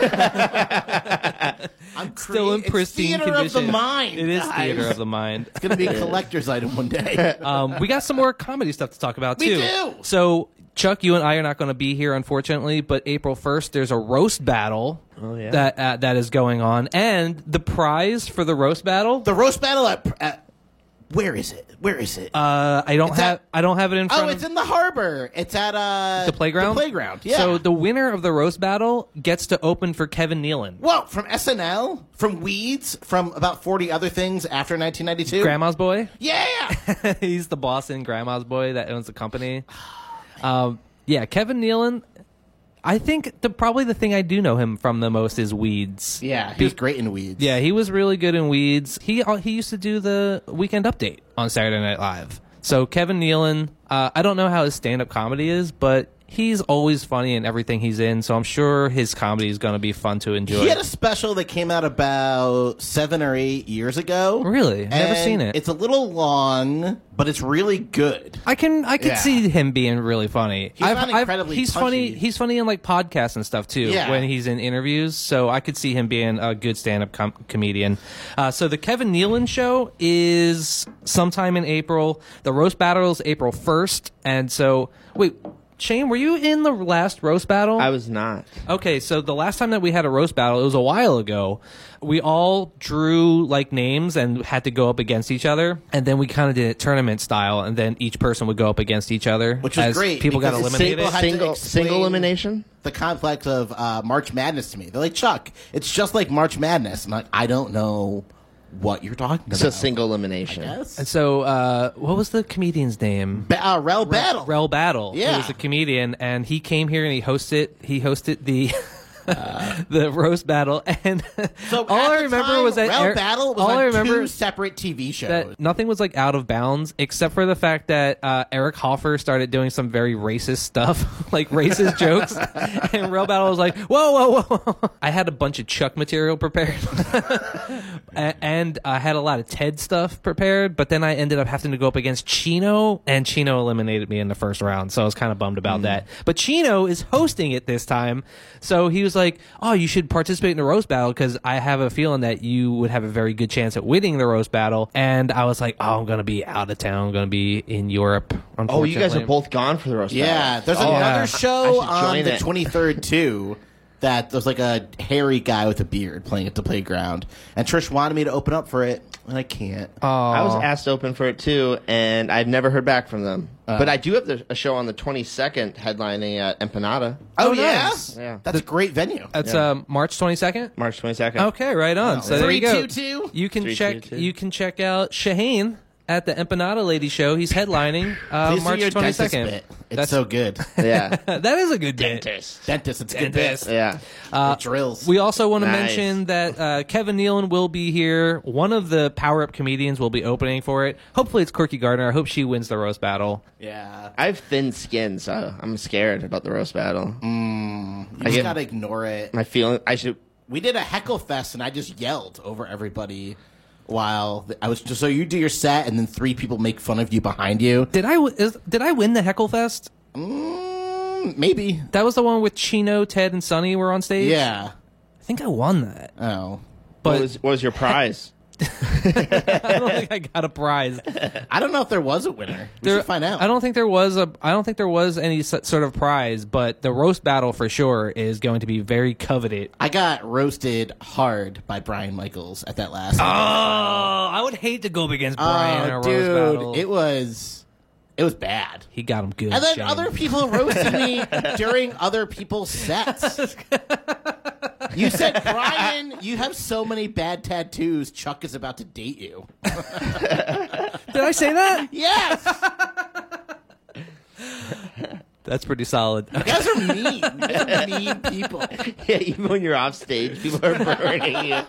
Speaker 2: I'm
Speaker 3: Still in
Speaker 2: crea- it's
Speaker 3: pristine
Speaker 2: theater
Speaker 3: condition.
Speaker 2: of the mind.
Speaker 3: It is
Speaker 2: guys.
Speaker 3: theater of the mind.
Speaker 2: It's gonna be a collector's item one day.
Speaker 3: um, we got some more comedy stuff to talk about
Speaker 2: We
Speaker 3: too.
Speaker 2: do.
Speaker 3: So Chuck, you and I are not going to be here, unfortunately. But April first, there's a roast battle
Speaker 2: Oh,
Speaker 3: that uh, that is going on, and the prize for the roast battle.
Speaker 2: the roast battle at, at where is it? Where is it?
Speaker 3: uh, I don't
Speaker 2: It's at-
Speaker 3: have I don't have it in front.
Speaker 2: oh,
Speaker 3: of
Speaker 2: it's in the harbor. It's at uh
Speaker 3: the playground.
Speaker 2: The playground. Yeah.
Speaker 3: So the winner of the roast battle gets to open for Kevin Nealon,
Speaker 2: well, from SNL, from Weeds, from about forty other things after 1992.
Speaker 3: Grandma's Boy.
Speaker 2: Yeah.
Speaker 3: He's the boss in Grandma's Boy that owns the company. Um, yeah, Kevin Nealon. I think the probably the thing I do know him from the most is Weeds.
Speaker 2: yeah. He was great in Weeds.
Speaker 3: Yeah, he was really good in Weeds. He uh, he used to do the Weekend Update on Saturday Night Live. So Kevin Nealon, uh, I don't know how his stand up comedy is, but he's always funny in everything he's in. So I'm sure his comedy is going to be fun to enjoy.
Speaker 2: He had a special that came out about seven or eight years ago.
Speaker 3: Really? Never
Speaker 2: And
Speaker 3: seen it.
Speaker 2: It's a little long, but it's really good.
Speaker 3: I can I can
Speaker 2: Yeah.
Speaker 3: see him being really funny.
Speaker 2: He's not incredibly
Speaker 3: he's
Speaker 2: punchy.
Speaker 3: funny. He's funny in like podcasts and stuff too.
Speaker 2: Yeah.
Speaker 3: When he's in interviews, so I could see him being a good stand-up com- comedian. Uh, so the Kevin Nealon show is sometime in April. The roast battle is April first, and so wait, Shane, were you in the last roast battle?
Speaker 5: I was not.
Speaker 3: Okay, so the last time that we had a roast battle, it was a while ago. We all drew like names and had to go up against each other, and then we kind of did it tournament style, and then each person would go up against each other,
Speaker 2: Which was
Speaker 3: as
Speaker 2: great,
Speaker 3: People got
Speaker 2: because it's
Speaker 3: eliminated.
Speaker 2: simple- had to
Speaker 5: Single,
Speaker 2: explain-
Speaker 5: single elimination?
Speaker 2: the complex of uh, March Madness to me. They're like, Chuck, it's just like March Madness. I'm like, I don't know what you're talking about.
Speaker 5: So single elimination.
Speaker 2: Yes.
Speaker 3: and so, uh, what was the comedian's name?
Speaker 2: Ba- uh, Rel Battle.
Speaker 3: Rel Battle.
Speaker 2: Yeah.
Speaker 3: he was a comedian, and he came here and he hosted. He hosted the the roast battle, and
Speaker 2: So
Speaker 3: all
Speaker 2: at
Speaker 3: I
Speaker 2: the
Speaker 3: remember
Speaker 2: time,
Speaker 3: was that
Speaker 2: Round
Speaker 3: Eric-
Speaker 2: Battle was
Speaker 3: all
Speaker 2: on
Speaker 3: I remember
Speaker 2: two separate TV shows.
Speaker 3: that nothing was like out of bounds except for the fact that uh, Eric Hoffer started doing some very racist stuff, like racist jokes, and Real Battle was like, "Whoa, whoa, whoa!" I had a bunch of Chuck material prepared, A- and I had a lot of Ted stuff prepared, but then I ended up having to go up against Chino, and Chino eliminated me in the first round, so I was kind of bummed
Speaker 5: Mm.
Speaker 3: about that. But Chino is hosting it this time, so he was like, "Oh, you should participate in the roast battle because I have a feeling that you would have a very good chance at winning the roast battle." And I was like, "Oh, I'm gonna be out of town. I'm gonna be in Europe."
Speaker 5: Oh, you guys are
Speaker 3: unfortunately."
Speaker 5: both gone for the roast.
Speaker 2: yeah,
Speaker 5: battle.
Speaker 2: there's
Speaker 5: Oh,
Speaker 2: another
Speaker 3: I-
Speaker 2: show
Speaker 5: I should
Speaker 2: on
Speaker 5: join
Speaker 2: the
Speaker 5: it.
Speaker 2: 23rd too. That there's like a hairy guy with a beard playing at the playground, and Trish wanted me to open up for it, and I can't.
Speaker 3: Oh. Uh,
Speaker 5: I was asked to open for it too, and I've never heard back from them. but I do have the, a show on the 22nd headlining at Empanada,
Speaker 2: oh,
Speaker 3: oh,
Speaker 2: yeah?
Speaker 3: nice.
Speaker 5: Yeah.
Speaker 2: that's a great venue.
Speaker 3: That's
Speaker 5: Yeah.
Speaker 3: um, March 22nd.
Speaker 5: March 22nd.
Speaker 3: Okay, right on. so there you go.
Speaker 2: 322?
Speaker 3: You can
Speaker 5: Three,
Speaker 3: check.
Speaker 5: two, two.
Speaker 3: You can check out Shaheen at the Empanada Lady Show. He's headlining uh,
Speaker 2: Please do
Speaker 3: March
Speaker 2: your
Speaker 3: twenty
Speaker 2: dentist
Speaker 3: second.
Speaker 2: bit. It's so good.
Speaker 5: Yeah.
Speaker 3: that is a good dentist.
Speaker 2: dentist, it's good.
Speaker 3: Dentist. Uh,
Speaker 2: Bit.
Speaker 5: yeah.
Speaker 2: It drills.
Speaker 3: We also want to
Speaker 5: Nice.
Speaker 3: mention that uh, Kevin Nealon will be here. One of the power up comedians will be opening for it. Hopefully, it's Corky Gardner. I hope she wins the roast battle.
Speaker 2: yeah,
Speaker 5: I have thin skin, so I'm scared about the roast battle.
Speaker 2: you just
Speaker 5: get-
Speaker 2: gotta ignore it.
Speaker 5: My feeling, I should.
Speaker 2: We did a heckle fest, and I just yelled over everybody while I was. Just, so you do your set, and then three people make fun of you behind you.
Speaker 3: Did I w- is, did I win the Heckle Fest?
Speaker 2: Mm, maybe.
Speaker 3: That was the one with Chino, Ted, and Sonny were on stage.
Speaker 2: Yeah.
Speaker 3: I think I won that.
Speaker 2: Oh.
Speaker 5: what,
Speaker 3: But
Speaker 5: was, what was your prize?
Speaker 3: I don't think I got a prize.
Speaker 2: I don't know if there was a winner. We
Speaker 3: There-
Speaker 2: should find out.
Speaker 3: I don't think there was a. I don't think there was any s- sort of prize, but the roast battle for sure is going to be very coveted.
Speaker 2: I got roasted hard by Brian Michaels at that last.
Speaker 3: Oh, I would hate to go up against Brian in a
Speaker 2: Oh,
Speaker 3: roast battle.
Speaker 2: dude, it was, it was bad.
Speaker 3: he got him good.
Speaker 2: And then
Speaker 3: Shane.
Speaker 2: other people roasted me during other people's sets. You said, Brian, you have so many bad tattoos. Chuck is about to date you.
Speaker 3: Did I say that?
Speaker 2: Yes, you
Speaker 3: That's pretty solid.
Speaker 2: guys are mean. You guys are mean people.
Speaker 5: yeah, even when you're off stage, people are burning you.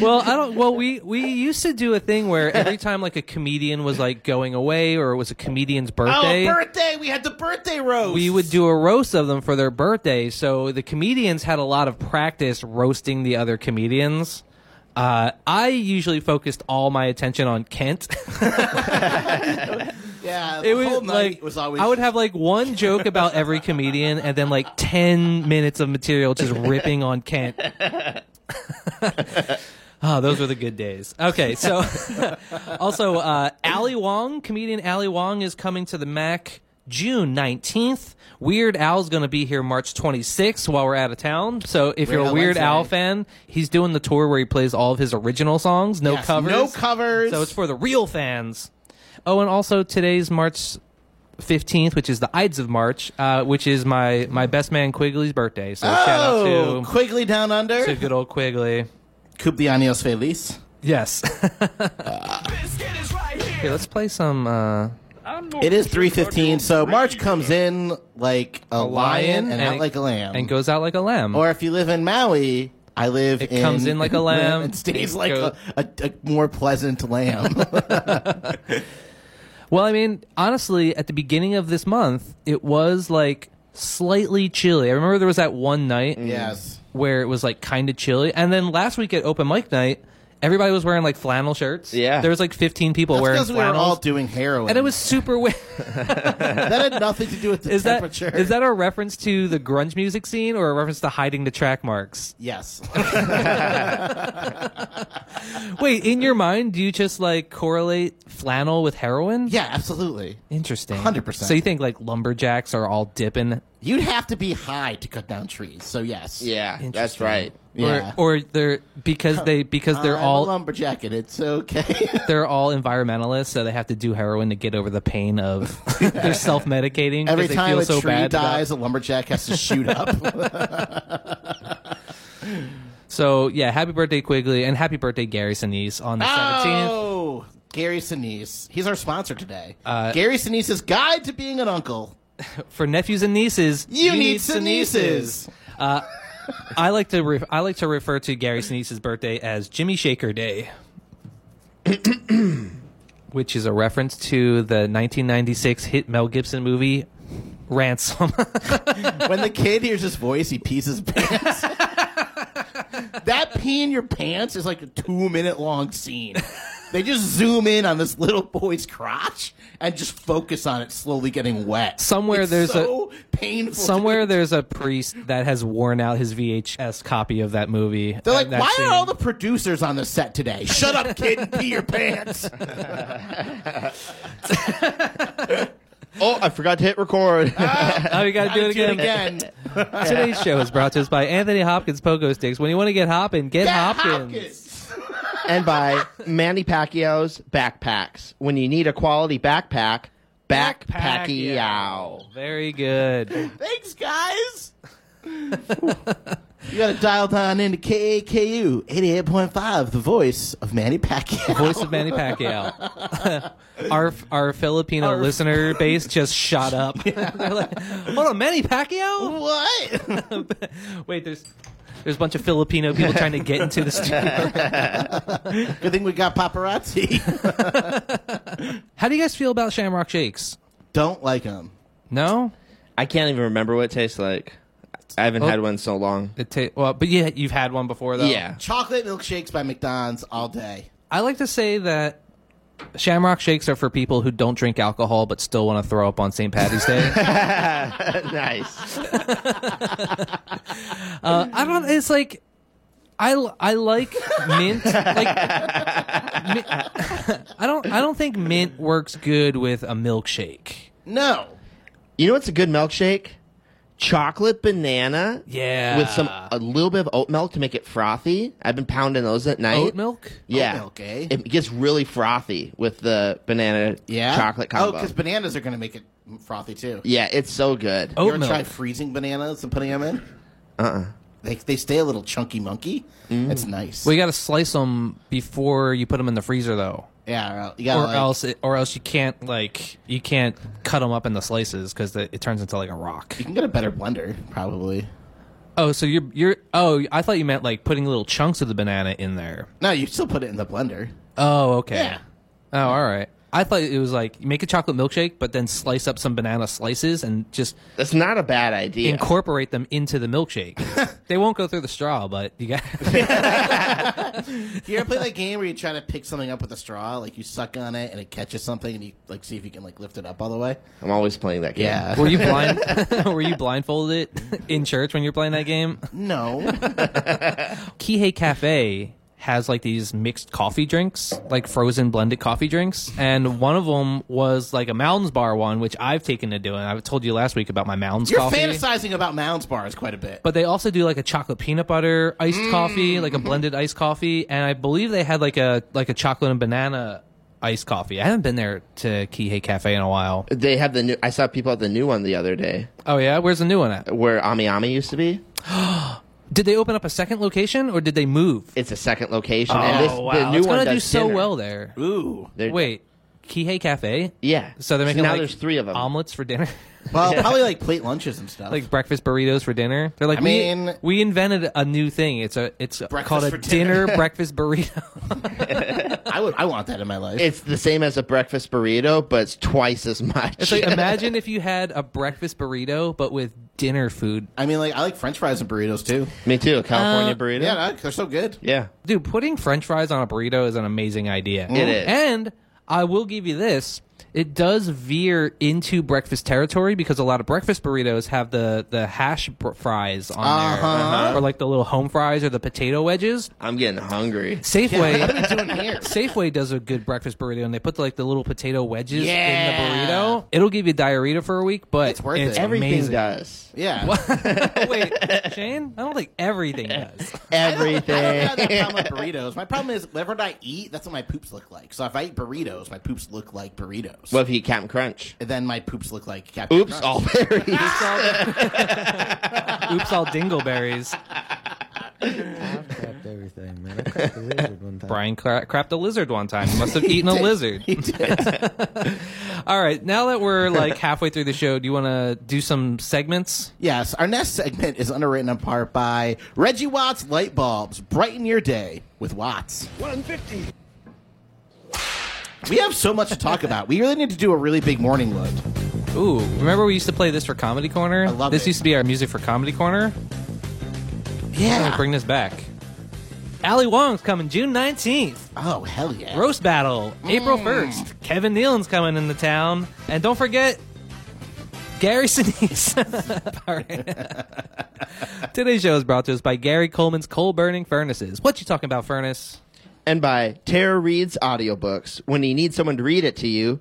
Speaker 3: well, I don't. Well, we we used to do a thing where every time like a comedian was like going away or it was a comedian's
Speaker 2: Oh,
Speaker 3: birthday.
Speaker 2: birthday! We had the birthday roast.
Speaker 3: we would do a roast of them for their birthday. So the comedians had a lot of practice roasting the other comedians. Uh, I usually focused all my attention on Kent.
Speaker 2: Yeah, the
Speaker 3: It was
Speaker 2: whole night
Speaker 3: like
Speaker 2: was always.
Speaker 3: I would have like one joke about every comedian, and then like ten minutes of material just ripping on Kent. Oh, those were the good days. Okay, so also uh, Ali Wong, comedian Ali Wong, is coming to the Mac June nineteenth. Weird Al's going to be here March twenty sixth while we're out of town. So if you're
Speaker 2: Weird
Speaker 3: a
Speaker 2: Al
Speaker 3: Weird
Speaker 2: Wednesday.
Speaker 3: Al fan, he's doing the tour where he plays all of his original songs, no
Speaker 2: Yes,
Speaker 3: covers,
Speaker 2: no covers.
Speaker 3: So it's for the real fans. Oh, and also today's March 15th, which is the Ides of March, uh, which is my, my best man Quigley's birthday. So shout
Speaker 2: Oh,
Speaker 3: out to,
Speaker 2: Quigley down under.
Speaker 3: to good old Quigley.
Speaker 2: Cumpleaños feliz.
Speaker 3: Yes. Here, let's play some uh,
Speaker 2: It is 3:15, so March comes in like a, lion, and, out
Speaker 3: it-
Speaker 2: like a lamb.
Speaker 3: And goes out like a lamb.
Speaker 2: or if you live in Maui, I live.
Speaker 3: It
Speaker 2: in,
Speaker 3: comes in like a lamb.
Speaker 2: and stays
Speaker 3: It
Speaker 2: like
Speaker 3: go-
Speaker 2: a, a, a more pleasant lamb.
Speaker 3: well, I mean, honestly, at the beginning of this month, it was like slightly chilly. I remember there was that one night
Speaker 2: Mm. yes.
Speaker 3: where it was like kind of chilly. And then last week at open mic night, everybody was wearing like flannel shirts.
Speaker 5: Yeah.
Speaker 3: There was like 15 people
Speaker 2: That's
Speaker 3: wearing
Speaker 2: because we were all
Speaker 3: flannels.
Speaker 2: doing heroin,
Speaker 3: and it was super weird.
Speaker 2: that had nothing to do with the
Speaker 3: Is that
Speaker 2: temperature.
Speaker 3: is that a reference to the grunge music scene or a reference to hiding the track marks?
Speaker 2: yes?
Speaker 3: Wait, in your mind, do you just like correlate flannel with heroin?
Speaker 2: yeah, absolutely.
Speaker 3: Interesting.
Speaker 2: 100%.
Speaker 3: So you think like lumberjacks are all dipping?
Speaker 2: You'd have to be high to cut down trees. So yes.
Speaker 5: Yeah, that's
Speaker 3: Interesting.
Speaker 5: right.
Speaker 2: Yeah.
Speaker 3: Or, or they're because they because they're
Speaker 2: I'm
Speaker 3: all
Speaker 2: a lumberjack, and it's okay.
Speaker 3: they're all environmentalists, so they have to do heroin to get over the pain of they're self medicating.
Speaker 2: Every
Speaker 3: they
Speaker 2: time
Speaker 3: feel
Speaker 2: a
Speaker 3: so
Speaker 2: tree
Speaker 3: bad about-
Speaker 2: dies, a lumberjack has to shoot up.
Speaker 3: So yeah, happy birthday Quigley and happy birthday Gary Sinise on the seventeenth. Uh,
Speaker 2: oh, Gary Sinise. He's our sponsor today. Gary Sinise's Guide to Being an Uncle.
Speaker 3: for nephews and nieces,
Speaker 2: You need Sneezes.
Speaker 3: Uh, I like to re- I like to refer to Gary Sneeze's birthday as Jimmy Shaker Day, which is a reference to the 1996 hit Mel Gibson movie Ransom.
Speaker 2: when the kid hears his voice, he pees his pants. that pee in your pants is like a two minute long scene. They just zoom in on this little boy's crotch and just focus on it slowly getting wet.
Speaker 3: Somewhere
Speaker 2: It's
Speaker 3: there's
Speaker 2: so painful.
Speaker 3: Somewhere
Speaker 2: dude.
Speaker 3: there's a priest that has worn out his VHS copy of that movie.
Speaker 2: They're like,
Speaker 3: And that
Speaker 2: why
Speaker 3: scene-
Speaker 2: are all the producers on the set today? Shut up, kid, and pee your pants.
Speaker 5: Oh, I forgot to hit record.
Speaker 3: Oh, you gotta do it
Speaker 2: Do it
Speaker 3: again.
Speaker 2: again.
Speaker 3: Today's show is brought to us by Anthony Hopkins Pogo Sticks. When you want to get hoppin', get
Speaker 2: Yeah,
Speaker 3: Hopkins.
Speaker 2: Hopkins.
Speaker 5: and by Manny Pacquiao's backpacks. When you need a quality backpack, back Pacquiao.
Speaker 3: Very good.
Speaker 2: Thanks, guys. you gotta dial down into KAKU 88.5, the voice of Manny Pacquiao.
Speaker 3: Voice of Manny Pacquiao. our our Filipino
Speaker 2: Our-
Speaker 3: listener base just shot up. They're like, hold on, Manny Pacquiao?
Speaker 2: What?
Speaker 3: Wait, there's there's a bunch of Filipino people trying to get into the studio.
Speaker 2: Good thing we got paparazzi.
Speaker 3: How do you guys feel about Shamrock Shakes?
Speaker 2: Don't like him.
Speaker 3: No,
Speaker 5: I can't even remember what it tastes like. I haven't
Speaker 3: Oh.
Speaker 5: had one in so long.
Speaker 3: it ta- well, but yeah, you've had one before though.
Speaker 5: Yeah.
Speaker 2: Chocolate milkshakes by McDonald's all day.
Speaker 3: I like to say that Shamrock Shakes are for people who don't drink alcohol but still want to throw up on St. Patty's Day.
Speaker 5: nice.
Speaker 3: I don't. It's like I I like mint. Like mi- I don't I don't think mint works good with a milkshake.
Speaker 2: No.
Speaker 5: You know what's a good milkshake? Chocolate banana.
Speaker 3: Yeah.
Speaker 5: With some a little bit of oat milk to make it frothy. I've been pounding those at night.
Speaker 3: oat milk. Oh,
Speaker 5: Yeah.
Speaker 2: Oat milk, eh?
Speaker 5: It gets really frothy with the banana
Speaker 2: Yeah.
Speaker 5: chocolate combo.
Speaker 2: Oh, because bananas are gonna make it frothy too.
Speaker 5: yeah, it's so good.
Speaker 2: You
Speaker 3: Oat
Speaker 2: ever
Speaker 3: milk.
Speaker 2: try freezing bananas and putting them in? Uh. uh
Speaker 3: Uh-uh.
Speaker 2: They they stay a little chunky monkey.
Speaker 3: Mm.
Speaker 2: That's nice.
Speaker 3: well, you got to slice them before you put them in the freezer though.
Speaker 2: yeah. or el- You gotta
Speaker 3: Or
Speaker 2: like-
Speaker 3: else, it, or else you can't like you can't cut them up into slices because it it turns into like a rock.
Speaker 2: you can get a better blender probably.
Speaker 3: Oh, so you're you're oh I thought you meant like putting little chunks of the banana in there.
Speaker 2: No, you still put it in the blender.
Speaker 3: Oh, okay.
Speaker 2: Yeah.
Speaker 3: Oh, all right. I thought it was like you make a chocolate milkshake, but then slice up some banana slices and just
Speaker 5: That's not a bad idea.
Speaker 3: incorporate them into the milkshake. they won't go through the straw, but you got.
Speaker 2: You ever play that game where you try to pick something up with a straw? Like you suck on it and it catches something, and you like see if you can like lift it up all the way.
Speaker 5: I'm always playing that game.
Speaker 2: Yeah.
Speaker 3: were you blind? were you blindfolded in church when you're playing that game?
Speaker 2: No.
Speaker 3: Kihei Cafe has like these mixed coffee drinks, like frozen blended coffee drinks, and one of them was like a Mounds Bar one, which I've taken to doing. I told you last week about my Mounds
Speaker 2: You're
Speaker 3: coffee.
Speaker 2: fantasizing about Mounds bars quite a bit.
Speaker 3: but they also do like a chocolate peanut butter iced coffee,
Speaker 2: Mm.
Speaker 3: like a blended iced coffee, and I believe they had like a like a chocolate and banana iced coffee. I haven't been there to Kihei Cafe in a while.
Speaker 5: They have the new. I saw people at the new one the other day
Speaker 3: Oh yeah, where's the new one at?
Speaker 5: where Ami Ami used to be.
Speaker 3: Did they open up a second location or did they move?
Speaker 5: It's a second location, and this the new
Speaker 3: Oh, it's
Speaker 5: one
Speaker 3: gonna
Speaker 5: does
Speaker 3: do so
Speaker 5: dinner.
Speaker 3: well there.
Speaker 2: Ooh.
Speaker 5: They're-
Speaker 3: Wait, Kihei Cafe.
Speaker 5: yeah.
Speaker 3: So they're making
Speaker 5: now
Speaker 3: like,
Speaker 5: there's three of them.
Speaker 3: omelets for dinner,
Speaker 2: Well, probably like plate lunches and stuff.
Speaker 3: like breakfast burritos for dinner. They're like,
Speaker 2: I
Speaker 3: we-
Speaker 2: mean-
Speaker 3: we, invented a new thing. It's a it's
Speaker 2: Breakfast
Speaker 3: called a
Speaker 2: for dinner.
Speaker 3: dinner breakfast burrito.
Speaker 2: I would, I want that in my life.
Speaker 5: it's the same as a breakfast burrito, but it's twice as much.
Speaker 3: It's like imagine if you had a breakfast burrito but with dinner food.
Speaker 2: I mean, like I like French fries and burritos too.
Speaker 5: Me too. a California
Speaker 3: Uh,
Speaker 5: burrito.
Speaker 2: Yeah, no, they're so good.
Speaker 5: Yeah.
Speaker 3: Dude, putting french fries on a burrito is an amazing idea.
Speaker 5: It is.
Speaker 3: And I will give you this. It does veer into breakfast territory because a lot of breakfast burritos have the, the hash br- fries on there.
Speaker 2: Uh-huh.
Speaker 3: Or like the little home fries or the potato wedges.
Speaker 5: I'm getting hungry.
Speaker 3: Safeway
Speaker 2: What are we doing here?
Speaker 3: Safeway does a good breakfast burrito and they put like the little potato wedges in
Speaker 2: Yeah.
Speaker 3: the burrito. It'll give you diarrhea for a week, but
Speaker 2: It's worth it.
Speaker 5: Everything
Speaker 3: amazing. Oh,
Speaker 5: does.
Speaker 2: Yeah.
Speaker 3: Wait, Shane? I don't think everything does.
Speaker 2: I
Speaker 5: Everything.
Speaker 2: don't have that problem with burritos. My problem is whenever I eat, that's what my poops look like. So if I eat burritos, my poops look like burritos.
Speaker 5: well, if you eat Captain Crunch.
Speaker 2: and then my poops look like Captain
Speaker 5: Oops, oh.
Speaker 2: Crunch.
Speaker 5: all berries.
Speaker 3: Oops all, oops, all dingleberries.
Speaker 6: crapped everything, man. I crapped the lizard one time.
Speaker 3: Brian cra- crapped a lizard one time. He must have eaten a lizard. All right, now that we're like halfway through the show, do you want to do some segments?
Speaker 2: Yes, our next segment is underwritten in part by Reggie Watts Light Bulbs. Brighten your day with Watts.
Speaker 4: 150.
Speaker 2: We have so much to talk about. We really need to do a really big morning load.
Speaker 3: Ooh, remember we used to play this for Comedy Corner? I
Speaker 2: love
Speaker 3: this
Speaker 2: it.
Speaker 3: used to be our music for Comedy Corner. I'm gonna
Speaker 2: Yeah.
Speaker 3: bring this back.
Speaker 2: Ah.
Speaker 3: Ali Wong's coming June 19th.
Speaker 2: Oh, hell yeah.
Speaker 3: Roast Battle, April 1st. Kevin Nealon's coming into town. And don't forget, Gary Sinise. All right. Today's show is brought to us by Gary Coleman's Coal Burning Furnaces. What you talking about, Furnace?
Speaker 5: And by Tara Reads audiobooks. When you need someone to read it to you,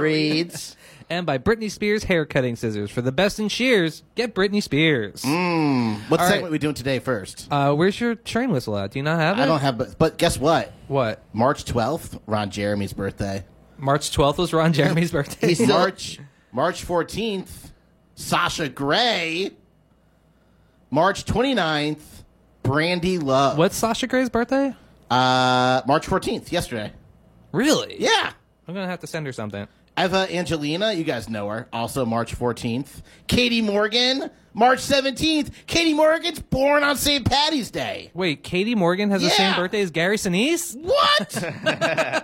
Speaker 5: Reads.
Speaker 3: And by Britney Spears Hair Cutting Scissors. For the best in shears, get Britney Spears.
Speaker 2: What
Speaker 3: right.
Speaker 2: segment we doing today first?
Speaker 3: Uh, where's your train whistle at? Do you not have it?
Speaker 2: I don't have, but, but guess what?
Speaker 3: What?
Speaker 2: March 12th, Ron Jeremy's birthday.
Speaker 3: March 12th was Ron Jeremy's birthday.
Speaker 5: He's- still-
Speaker 2: March March 14th, Sasha Gray. March 29th, Brandy Love.
Speaker 3: What's Sasha Gray's birthday?
Speaker 2: Uh, March 14th, yesterday.
Speaker 3: Really?
Speaker 2: Yeah.
Speaker 3: I'm going to have to send her something.
Speaker 2: Eva Angelina, you guys know her, also March 14th. Katie Morgan, March 17th. Katie Morgan's born on St. Patty's Day.
Speaker 3: Wait, Katie Morgan has the same
Speaker 2: Yeah.
Speaker 3: birthday as Gary Sinise?
Speaker 2: What?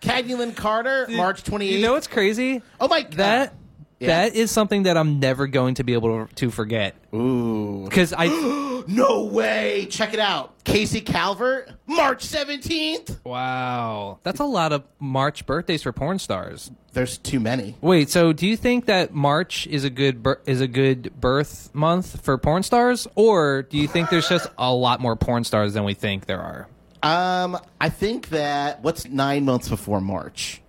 Speaker 2: Cagulin Carter, March 28th.
Speaker 3: You know what's crazy?
Speaker 2: oh my god.
Speaker 3: That
Speaker 2: Yeah.
Speaker 3: that is something that I'm never going to be able to forget. Ooh. Because I
Speaker 2: No way. Check it out. Casey Calvert, March 17th.
Speaker 3: wow, that's a lot of March birthdays for porn stars.
Speaker 2: There's too many.
Speaker 3: Wait, so do you think that March is a good bir- is a good birth month for porn stars, or do you think there's just a lot more porn stars than we think there are?
Speaker 2: Um, I think that what's nine months before March?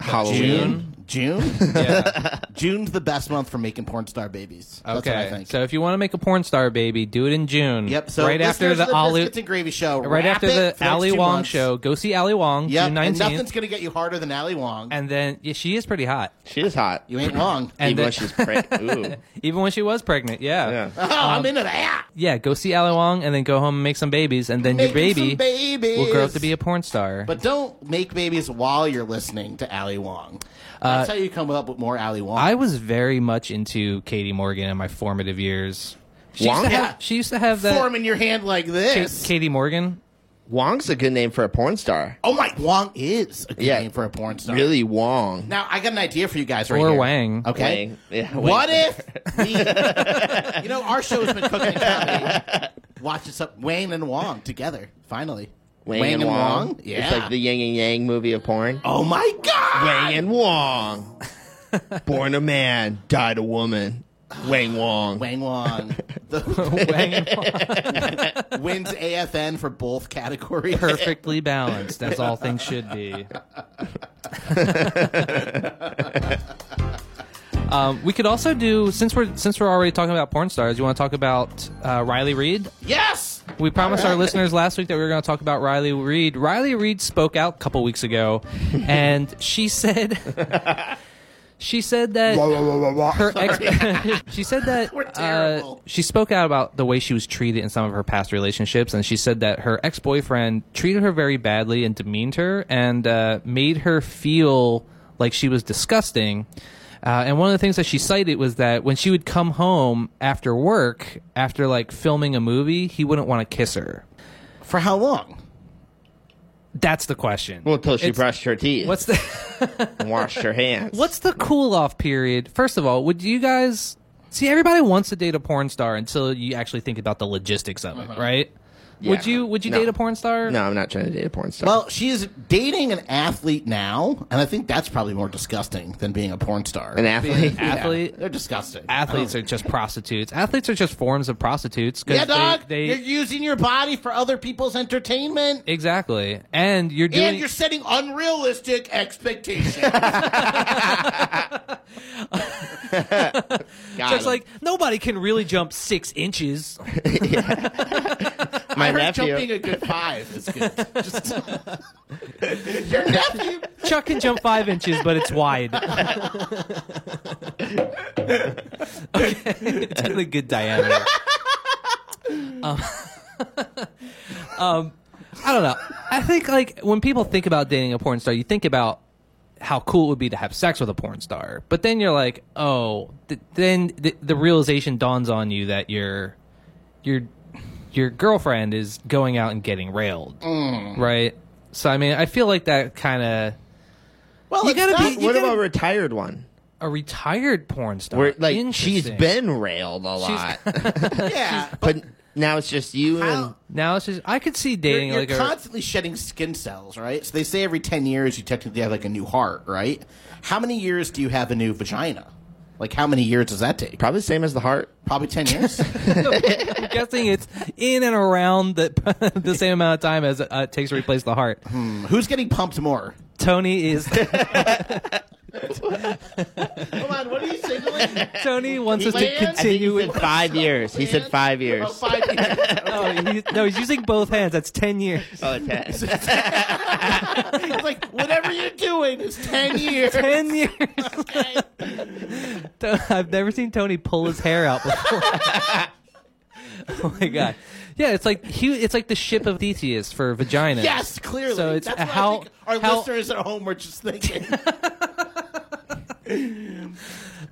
Speaker 5: Halloween.
Speaker 2: June.
Speaker 3: Yeah.
Speaker 2: June's the best month for making porn star babies. That's what I
Speaker 3: okay.
Speaker 2: think.
Speaker 3: So if you want to make a porn star baby, do it in June.
Speaker 2: yep. So
Speaker 3: right after
Speaker 2: listeners
Speaker 3: the,
Speaker 2: of the
Speaker 3: Ali,
Speaker 2: Biscuits and Gravy show.
Speaker 3: right
Speaker 2: wrap
Speaker 3: after
Speaker 2: it
Speaker 3: the
Speaker 2: for next
Speaker 3: Ali
Speaker 2: two
Speaker 3: Wong
Speaker 2: months.
Speaker 3: show, go see Ali Wong
Speaker 2: Yep.
Speaker 3: June
Speaker 2: And
Speaker 3: 19th.
Speaker 2: nothing's gonna get you harder than Ali Wong.
Speaker 3: and then yeah, she is pretty hot.
Speaker 5: She is hot.
Speaker 2: you ain't wrong.
Speaker 3: And
Speaker 5: Even
Speaker 3: the-
Speaker 5: though she's pregnant. Ooh.
Speaker 3: Even when she was pregnant, yeah.
Speaker 5: Yeah.
Speaker 2: oh,
Speaker 3: um,
Speaker 2: I'm into that.
Speaker 3: Yeah, go see Ali Wong and then go home and make some babies, and then your baby
Speaker 2: Making some babies.
Speaker 3: will grow up to be a porn star.
Speaker 2: But don't make babies while you're listening to Ali Wong. That's how you come up with more Ali Wong.
Speaker 3: Uh, I was very much into Katie Morgan in my formative years. She used
Speaker 5: Wong?
Speaker 3: to have,
Speaker 2: Yeah.
Speaker 3: she used to have that
Speaker 2: Form in your hand like
Speaker 3: Ka-
Speaker 2: this.
Speaker 3: Katie Morgan.
Speaker 5: Wong's a good name for a porn star.
Speaker 2: oh my, Wong is a good
Speaker 5: Yeah.
Speaker 2: name for a porn star.
Speaker 5: Really, Wong.
Speaker 2: Now I got an idea for you guys right
Speaker 3: Or
Speaker 2: here.
Speaker 3: Wang.
Speaker 2: Okay.
Speaker 5: Wang. Yeah, Wang.
Speaker 2: What if we, you know our show's been cooking comedy. Watch this up Wang and Wong together, finally.
Speaker 5: Wang, and Wong?
Speaker 2: Yeah.
Speaker 5: It's like the Yin and Yang movie of porn.
Speaker 2: oh my god.
Speaker 5: Wang and Wong. Born a man, died a woman. Wang Wong.
Speaker 2: Wang Wong. The
Speaker 3: Wang and Wong.
Speaker 2: wins AFN for both categories.
Speaker 3: Perfectly balanced, as all things should be. um, we could also do since we're since we're already talking about porn stars. You want to talk about uh, Riley Reed?
Speaker 2: Yes.
Speaker 3: We promised our listeners last week that we were going to talk about Riley Reed. Riley Reed spoke out a couple weeks ago, and she said, she said that her ex, she said that
Speaker 2: We're
Speaker 3: uh,
Speaker 2: terrible.
Speaker 3: she spoke out about the way she was treated in some of her past relationships, and she said that her ex boyfriend treated her very badly and demeaned her and uh, made her feel like she was disgusting. Uh, and one of the things that she cited was that when she would come home after work, after like filming a movie, he wouldn't want to kiss her.
Speaker 2: For how long?
Speaker 3: That's the question.
Speaker 5: Well, until she
Speaker 3: It's-
Speaker 5: brushed her teeth
Speaker 3: What's the
Speaker 5: and washed her hands.
Speaker 3: What's the cool off period? First of all, would you guys see everybody wants to date a porn star until you actually think about the logistics of it,
Speaker 2: Mm-hmm.
Speaker 3: right? Would
Speaker 5: Yeah.
Speaker 3: you would you
Speaker 5: No.
Speaker 3: date a porn star?
Speaker 5: No, I'm not trying to date a porn star.
Speaker 2: Well, she is dating an athlete now, and I think that's probably more disgusting than being a porn star.
Speaker 5: an athlete.
Speaker 3: Athlete
Speaker 2: They're disgusting.
Speaker 3: athletes are just prostitutes. Athletes are just forms of prostitutes. 'cause
Speaker 2: yeah, dog.
Speaker 3: They,
Speaker 2: you're
Speaker 3: they,
Speaker 2: using your body for other people's entertainment.
Speaker 3: exactly. And you're doing
Speaker 2: and you're setting unrealistic expectations.
Speaker 5: Got
Speaker 3: just
Speaker 5: him.
Speaker 3: like nobody can really jump six inches.
Speaker 5: my
Speaker 2: Her
Speaker 5: nephew.
Speaker 2: jumping a good five is good. Just- your nephew.
Speaker 3: Chuck can jump five inches, but it's wide. okay, it's got a good diameter. Um, um, I don't know. I think like when people think about dating a porn star, you think about how cool it would be to have sex with a porn star. But then you're like, oh, th- then th- the realization dawns on you that your your your girlfriend is going out and getting railed, right? So I mean, I feel like that kind of
Speaker 2: Well,
Speaker 3: You
Speaker 2: it's
Speaker 3: gotta
Speaker 2: not-
Speaker 3: be-
Speaker 5: what
Speaker 3: gotta-
Speaker 5: about a retired one?
Speaker 3: a retired porn star.
Speaker 5: Where like she's
Speaker 3: Interesting.
Speaker 5: been railed a lot,
Speaker 2: yeah. But
Speaker 5: but now it's just you and
Speaker 2: how-
Speaker 3: now it's just I could see
Speaker 2: you're,
Speaker 3: dating
Speaker 2: you're
Speaker 3: like a,
Speaker 2: constantly shedding skin cells, right? So they say every ten years you technically have like a new heart, right? How many years do you have a new vagina? Like how many years does that take?
Speaker 5: probably the same as the heart.
Speaker 2: Probably ten years.
Speaker 3: I'm guessing it's in and around the the same amount of time as uh, it takes to replace the heart.
Speaker 2: Hmm, Who's getting pumped more?
Speaker 3: Tony is
Speaker 2: Come on, what are you signaling?
Speaker 3: Tony wants us to
Speaker 2: Land?
Speaker 3: continue with.
Speaker 5: five years. He said five years.
Speaker 2: About five years.
Speaker 3: Oh, he, no, he's using both hands. That's ten years.
Speaker 5: Oh, it's-
Speaker 2: It's like whatever you're doing is ten years.
Speaker 3: Ten years. To- I've never seen Tony pull his hair out before. oh my god. Yeah, it's like he, it's like the ship of Theseus for vagina.
Speaker 2: Yes, clearly.
Speaker 3: So it's
Speaker 2: That's
Speaker 3: a-
Speaker 2: what I
Speaker 3: how-
Speaker 2: think our
Speaker 3: how-
Speaker 2: listeners at home were just thinking.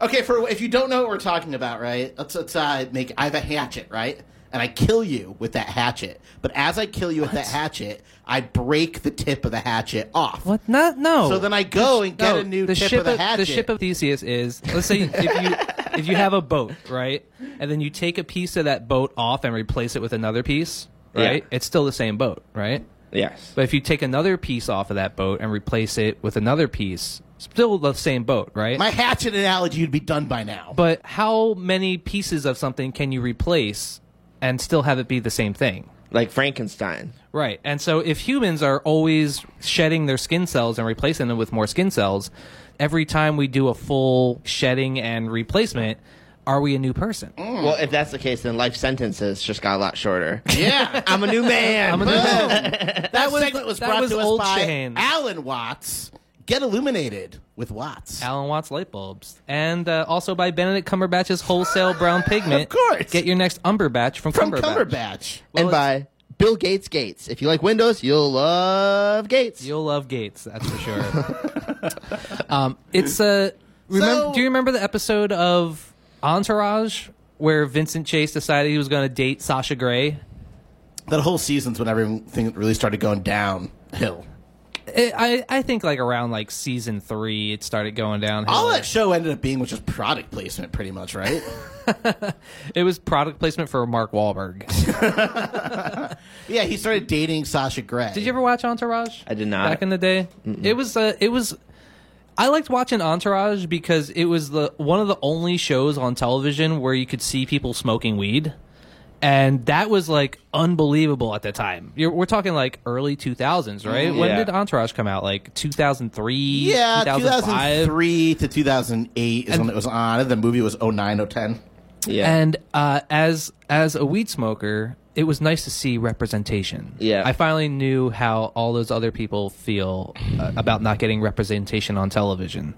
Speaker 2: okay, for if you don't know what we're talking about, right? Let's let's uh, make. I have a hatchet, right? And I kill you with that hatchet. But as I kill you with that hatchet, I break the tip of the hatchet off.
Speaker 3: What? Not no.
Speaker 2: So then I go and get
Speaker 3: No,
Speaker 2: a new
Speaker 3: the
Speaker 2: tip
Speaker 3: ship
Speaker 2: of the hatchet.
Speaker 3: ship of Theseus is let's say if you if you have a boat, right, and then you take a piece of that boat off and replace it with another piece, right?
Speaker 5: Yeah.
Speaker 3: It's still the same boat, right?
Speaker 5: yes.
Speaker 3: But if you take another piece off of that boat and replace it with another piece, still the same boat, right?
Speaker 2: My hatchet analogy would be done by now.
Speaker 3: but how many pieces of something can you replace and still have it be the same thing?
Speaker 5: Like Frankenstein.
Speaker 3: Right. And so if humans are always shedding their skin cells and replacing them with more skin cells, every time we do a full shedding and replacement, are we a new person?
Speaker 2: Hmm.
Speaker 5: Well, if that's the case, then life sentences just got a lot shorter.
Speaker 2: yeah,
Speaker 5: I'm a new man.
Speaker 3: I'm a new man.
Speaker 2: that
Speaker 3: was-
Speaker 2: segment was
Speaker 3: that
Speaker 2: brought
Speaker 3: was
Speaker 2: to us
Speaker 3: old
Speaker 2: by
Speaker 3: Shane.
Speaker 2: Alan Watts. Get illuminated with Watts.
Speaker 3: Alan Watts light bulbs. And uh, also by Benedict Cumberbatch's wholesale brown pigment.
Speaker 2: Of course.
Speaker 3: Get your next umber batch from,
Speaker 2: from
Speaker 3: Cumberbatch.
Speaker 2: Cumberbatch.
Speaker 5: and
Speaker 3: Well,
Speaker 5: by Bill Gates Gates. If you like Windows, you'll love Gates.
Speaker 3: You'll love Gates, that's for sure. um, it's a. Remember,
Speaker 2: So-
Speaker 3: do you remember the episode of Entourage where Vincent Chase decided he was going to date Sasha Grey?
Speaker 2: That whole season's when everything really started going downhill.
Speaker 3: It, I I think like around like season three, it started going downhill.
Speaker 2: All that show ended up being was just product placement, pretty much, right?
Speaker 3: it was product placement for Mark Wahlberg.
Speaker 2: yeah, he started dating Sasha Grey.
Speaker 3: did you ever watch Entourage?
Speaker 5: I did not.
Speaker 3: Back in the day, it was uh, it was. I liked watching Entourage because it was the one of the only shows on television where you could see people smoking weed, and that was like unbelievable at the time. You're, we're talking like early 2000s, right? When
Speaker 5: Mm-hmm. Yeah.
Speaker 3: did Entourage come out? Like 2003,
Speaker 2: Yeah,
Speaker 3: 2005?
Speaker 2: 2003 to 2008 is when it was on. And the movie was 09, 010.
Speaker 5: Yeah.
Speaker 3: And uh, as as a weed smoker, it was nice to see representation.
Speaker 5: Yeah.
Speaker 3: I finally knew how all those other people feel uh, about not getting representation on television.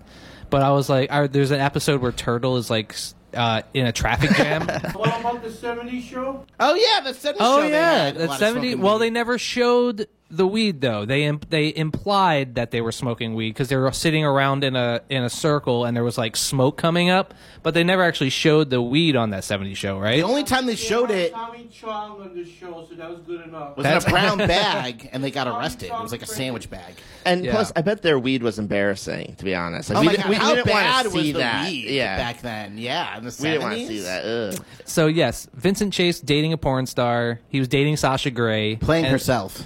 Speaker 3: But I was like, I, there's an episode where Turtle is like s- uh, in a traffic jam.
Speaker 2: Oh, yeah, the 70s
Speaker 3: oh
Speaker 2: show. they
Speaker 3: yeah,
Speaker 2: had a lot
Speaker 3: that's
Speaker 2: of
Speaker 3: seventy.
Speaker 2: smoking
Speaker 3: Well,
Speaker 2: weed.
Speaker 3: they never showed the weed though. They imp- they implied that they were smoking weed because they were sitting around in a in a circle and there was like smoke coming up, but they never actually showed the weed on that 70 show, right?
Speaker 2: The only time they showed it
Speaker 6: Tommy Chong on the show, so that was good enough.
Speaker 2: was in a brown bag, and they got arrested. It was like a sandwich bag.
Speaker 5: And
Speaker 3: Yeah.
Speaker 5: plus, I bet their weed was embarrassing, to be honest. Like,
Speaker 2: Oh
Speaker 5: we
Speaker 2: my
Speaker 5: didn't,
Speaker 2: god,
Speaker 5: we
Speaker 2: how
Speaker 5: didn't
Speaker 2: bad
Speaker 5: want to
Speaker 2: was
Speaker 5: see
Speaker 2: the
Speaker 5: that.
Speaker 2: weed
Speaker 5: yeah.
Speaker 2: back then? Yeah, in the 70s.
Speaker 5: we didn't want to see that. Ugh.
Speaker 3: So yes, Vincent Chase dating a porn star. He was dating Sasha Grey,
Speaker 2: Playing
Speaker 3: and-
Speaker 2: herself.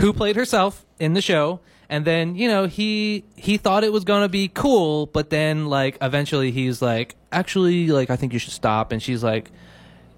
Speaker 3: who played herself in the show. And then you know he he thought it was gonna be cool, but then like eventually he's like, actually, like I think you should stop. And she's like,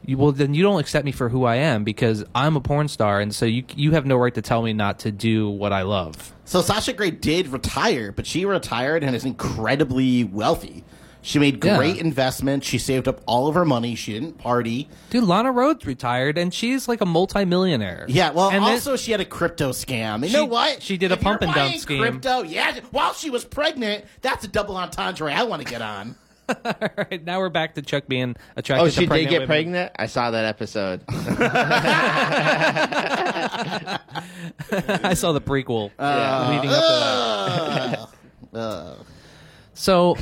Speaker 3: you, well then you don't accept me for who I am because I'm a porn star, and so you you have no right to tell me not to do what I love.
Speaker 2: So Sasha Grey did retire, but she retired and is incredibly wealthy. She made
Speaker 3: Yeah.
Speaker 2: great investments. She saved up all of her money. She didn't party.
Speaker 3: Dude, Lana Rhodes retired, and she's like a multimillionaire.
Speaker 2: Yeah, well,
Speaker 3: and then-
Speaker 2: also she had a crypto scam. And you know what?
Speaker 3: she did a
Speaker 2: If you're
Speaker 3: pump and dump
Speaker 2: buying
Speaker 3: scheme.
Speaker 2: Crypto, yeah. While she was pregnant, that's a double entendre I want to get on.
Speaker 3: Alright, now we're back to Chuck being attracted.
Speaker 5: Oh,
Speaker 3: to
Speaker 5: she did
Speaker 3: pregnant
Speaker 5: get
Speaker 3: women.
Speaker 5: pregnant? I saw that episode.
Speaker 3: I saw the prequel.
Speaker 5: Yeah.
Speaker 3: leading up to that.
Speaker 2: Ugh. Uh,
Speaker 3: So,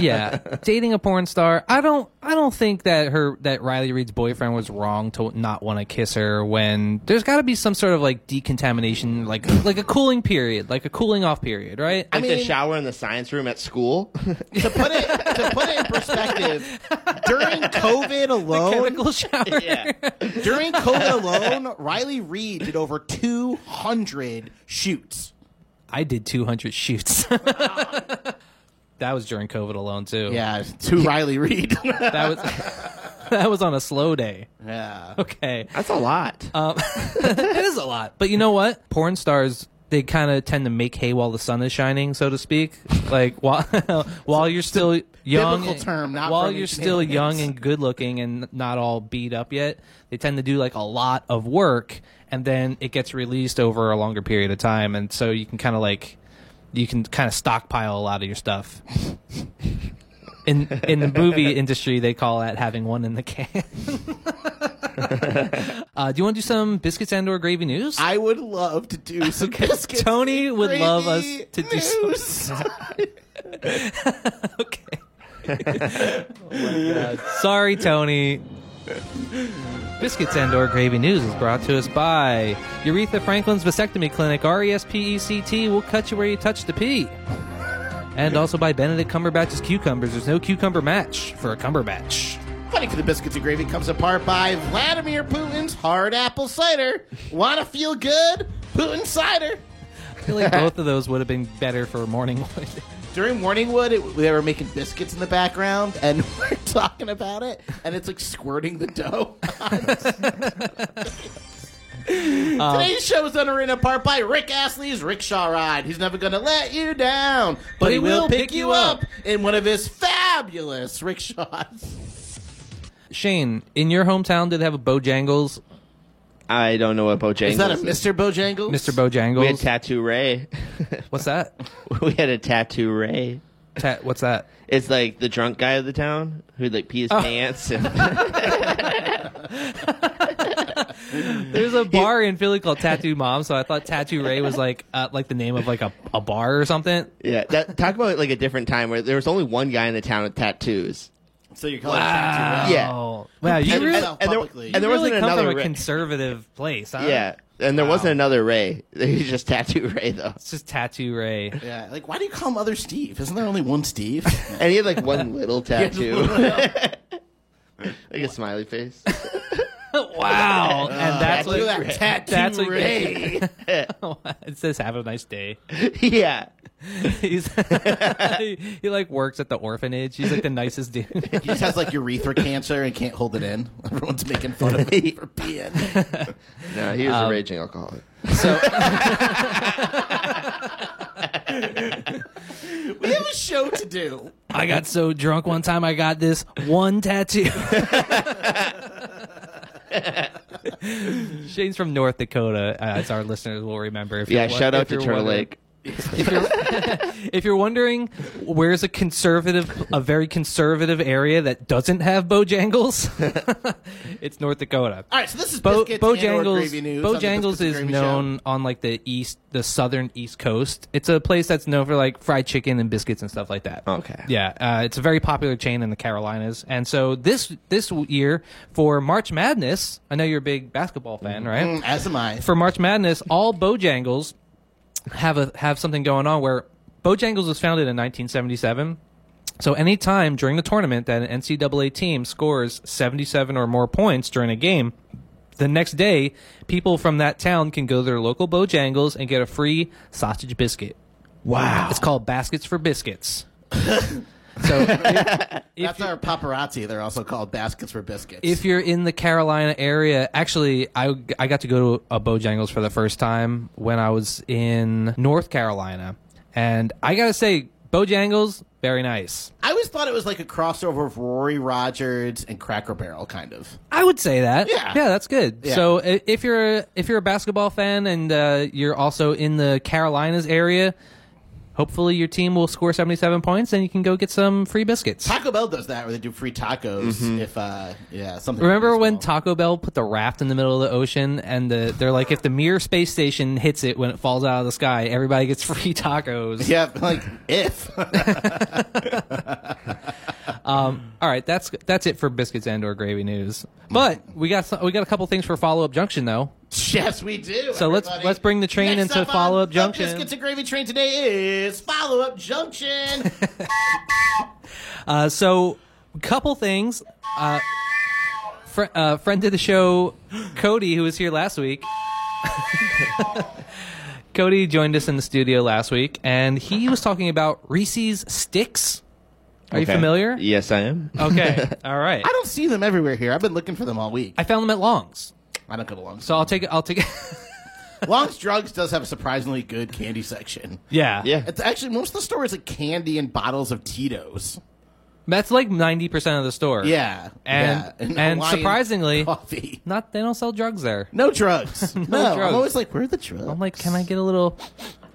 Speaker 3: yeah, dating a porn star. I don't. I don't think that her that Riley Reed's boyfriend was wrong to not want to kiss her. When there's got to be some sort of like decontamination, like like a cooling period, like a cooling off period, right?
Speaker 5: Like the
Speaker 2: mean-
Speaker 5: shower in the science room at school.
Speaker 2: to put it to put it in perspective, during COVID alone,
Speaker 3: Chemical shower.
Speaker 5: yeah.
Speaker 2: during COVID alone, Riley Reed did over 200 shoots.
Speaker 3: I did 200 shoots. that was during COVID alone too.
Speaker 2: Yeah, two Riley Reed.
Speaker 3: that was that was on a slow day.
Speaker 2: yeah.
Speaker 3: Okay,
Speaker 5: That's a lot.
Speaker 3: um, it is a lot, but you know what? Porn stars they kind of tend to make hay while the sun is shining, so to speak. Like while while you're still young,
Speaker 2: biblical term, not
Speaker 3: while
Speaker 2: from
Speaker 3: you're
Speaker 2: ancient
Speaker 3: still
Speaker 2: aliens.
Speaker 3: young and good looking and not all beat up yet, they tend to do like a lot of work, and then it gets released over a longer period of time, and so you can kind of like you can kind of stockpile a lot of your stuff. In, in the movie industry, they call that having one in the can. Uh, do you want to do some biscuits and or gravy news?
Speaker 2: I would love to do some biscuits
Speaker 3: Tony
Speaker 2: and
Speaker 3: would
Speaker 2: gravy
Speaker 3: love us to do some-
Speaker 2: news.
Speaker 3: okay. Sorry, Tony. Biscuits and or gravy news is brought to us by Uretha Franklin's Vasectomy Clinic. E R-E-S-P-E-C-T will cut you where you touch the pee. And also by Benedict Cumberbatch's Cucumbers. There's no cucumber match for a Cumberbatch.
Speaker 2: Fighting for the biscuits and gravy comes apart by Vladimir Putin's hard apple cider. Want to feel good? Putin cider.
Speaker 3: I feel like both of those would have been better for morning wood.
Speaker 2: During Morningwood, it, they were making biscuits in the background, and we're talking about it, and it's like squirting the dough. Today's show is underwritten in part by Rick Astley's Rickshaw Ride. He's never going to let you down, but he will pick you up in one of his fabulous rickshaws.
Speaker 3: Shane, in your hometown, did they have a Bojangles?
Speaker 5: I don't know what Bojangles
Speaker 2: Is that a Mr. Bojangles?
Speaker 3: Mr.
Speaker 5: We had
Speaker 3: Bojangles?
Speaker 5: Tattoo Ray.
Speaker 3: what's that?
Speaker 5: we had a Tattoo Ray.
Speaker 3: Ta- what's that?
Speaker 5: It's like the drunk guy of the town who'd like pee his pants. And
Speaker 3: There's a bar in Philly called Tattoo Mom, so I thought Tattoo Ray was like uh, like the name of like a, a bar or something.
Speaker 5: yeah, that, talk about like a different time where there was only one guy in the town with tattoos.
Speaker 2: So you're calling wow.
Speaker 5: Yeah.
Speaker 3: Oh, wow, you
Speaker 2: And-
Speaker 3: really,
Speaker 2: and-
Speaker 5: there,
Speaker 2: Publicly.
Speaker 5: and there
Speaker 3: you really
Speaker 5: wasn't
Speaker 3: come
Speaker 5: another
Speaker 3: from a
Speaker 5: Ray.
Speaker 3: conservative place. Huh?
Speaker 5: yeah, and there wasn't another Ray. He was just Tattoo Ray though,
Speaker 3: it's just Tattoo Ray.
Speaker 2: Yeah, like why do you call him Other Steve? Isn't there only one Steve?
Speaker 5: and he had like one little tattoo, like a smiley face.
Speaker 3: wow, Uh, and that's
Speaker 2: Look
Speaker 3: what
Speaker 2: at that tattoo
Speaker 3: that's what-
Speaker 2: Ray.
Speaker 3: it says. Have a nice day.
Speaker 5: yeah,
Speaker 3: He's he, he, like works at the orphanage. He's like the nicest dude.
Speaker 2: He just has like urethra cancer and can't hold it in. Everyone's making fun of him for peeing.
Speaker 5: no, he
Speaker 3: Um,
Speaker 5: was a raging alcoholic.
Speaker 3: So
Speaker 2: We have a show to do.
Speaker 3: I got so drunk one time I got this one tattoo. Shane's from North Dakota, uh, as our listeners will remember. If
Speaker 5: Yeah,
Speaker 3: you're wa-
Speaker 5: shout out
Speaker 3: if
Speaker 5: to
Speaker 3: you're
Speaker 5: Turtle
Speaker 3: wondering-
Speaker 5: Lake.
Speaker 3: If you're, if you're wondering where's a conservative, a very conservative area that doesn't have Bojangles, it's North Dakota.
Speaker 2: All right, so this is
Speaker 3: Bo-
Speaker 2: biscuits and or
Speaker 3: Bojangles,
Speaker 2: gravy news. on the
Speaker 3: Bojangles
Speaker 2: Biscuits and
Speaker 3: is
Speaker 2: Gravy
Speaker 3: known on like the east, the southern east coast. It's a place that's known for like fried chicken and biscuits and stuff like that.
Speaker 5: Okay.
Speaker 3: Yeah, uh, it's a very popular chain in the Carolinas, and so this this year for March Madness, I know you're a big basketball fan, right?
Speaker 2: Show. Mm, As am I.
Speaker 3: For March Madness, all Bojangles have a have something going on where Bojangles was founded in 1977. So any time during the tournament that an NCAA team scores 77 or more points during a game, the next day people from that town can go to their local Bojangles and get a free sausage biscuit. Wow. It's called Baskets for Biscuits. so if- if
Speaker 2: That's
Speaker 3: you-
Speaker 2: our paparazzi. They're also called baskets for biscuits.
Speaker 3: if you're in the Carolina area, actually, I, I got to go to a Bojangles for the first time when I was in North Carolina. And I got to say, Bojangles, very nice.
Speaker 2: I always thought it was like a crossover of Rory Rogers and Cracker Barrel, kind of.
Speaker 3: I would say that.
Speaker 2: Yeah.
Speaker 3: yeah, that's good.
Speaker 2: Yeah.
Speaker 3: So i- if you're if you're a basketball fan and uh, you're also in the Carolinas area, Hopefully, your team will score 77 points and you can go get some free biscuits.
Speaker 2: Taco Bell does that, where they do free tacos. If uh, yeah, something.
Speaker 3: Mm-hmm. Remember when
Speaker 2: Taco
Speaker 3: Taco Bell put the raft in the middle of the ocean and the, they're like, if the mere space station hits it when it falls out of the sky, everybody gets free tacos.
Speaker 2: yeah, like if
Speaker 3: All right, that's that's it for biscuits and or gravy news. But we got some, we got a couple things for follow up junction though.
Speaker 2: yes, we do.
Speaker 3: So let's-
Speaker 2: everybody.
Speaker 3: let's bring the train
Speaker 2: Next
Speaker 3: into
Speaker 2: up on
Speaker 3: Follow Up
Speaker 2: the
Speaker 3: Junction.
Speaker 2: Biscuits and gravy train today is follow up junction.
Speaker 3: Uh, so, couple things. Uh, fr- uh, friend of the show, Cody, who was here last week. Cody joined us in the studio last week, and he was talking about Reese's sticks. Are you familiar? Uh,
Speaker 5: Yes, I am.
Speaker 3: Okay. All right.
Speaker 2: I don't see them everywhere here. I've been looking for them all week.
Speaker 3: I found them at Long's,
Speaker 2: I don't go to Long's.
Speaker 3: so I'll take it. I'll take it.
Speaker 2: Long's Drugs does have a surprisingly good candy section.
Speaker 3: yeah.
Speaker 5: Yeah.
Speaker 2: It's actually most of the store is like candy and bottles of Tito's.
Speaker 3: That's like ninety percent of the store.
Speaker 2: Yeah,
Speaker 3: And-
Speaker 2: yeah.
Speaker 3: and
Speaker 2: Hawaiian
Speaker 3: surprisingly-
Speaker 2: coffee.
Speaker 3: Not they don't sell drugs there.
Speaker 2: No drugs. no,
Speaker 3: drugs.
Speaker 2: I'm always like, where are the drugs?
Speaker 3: I'm like, can I get a little?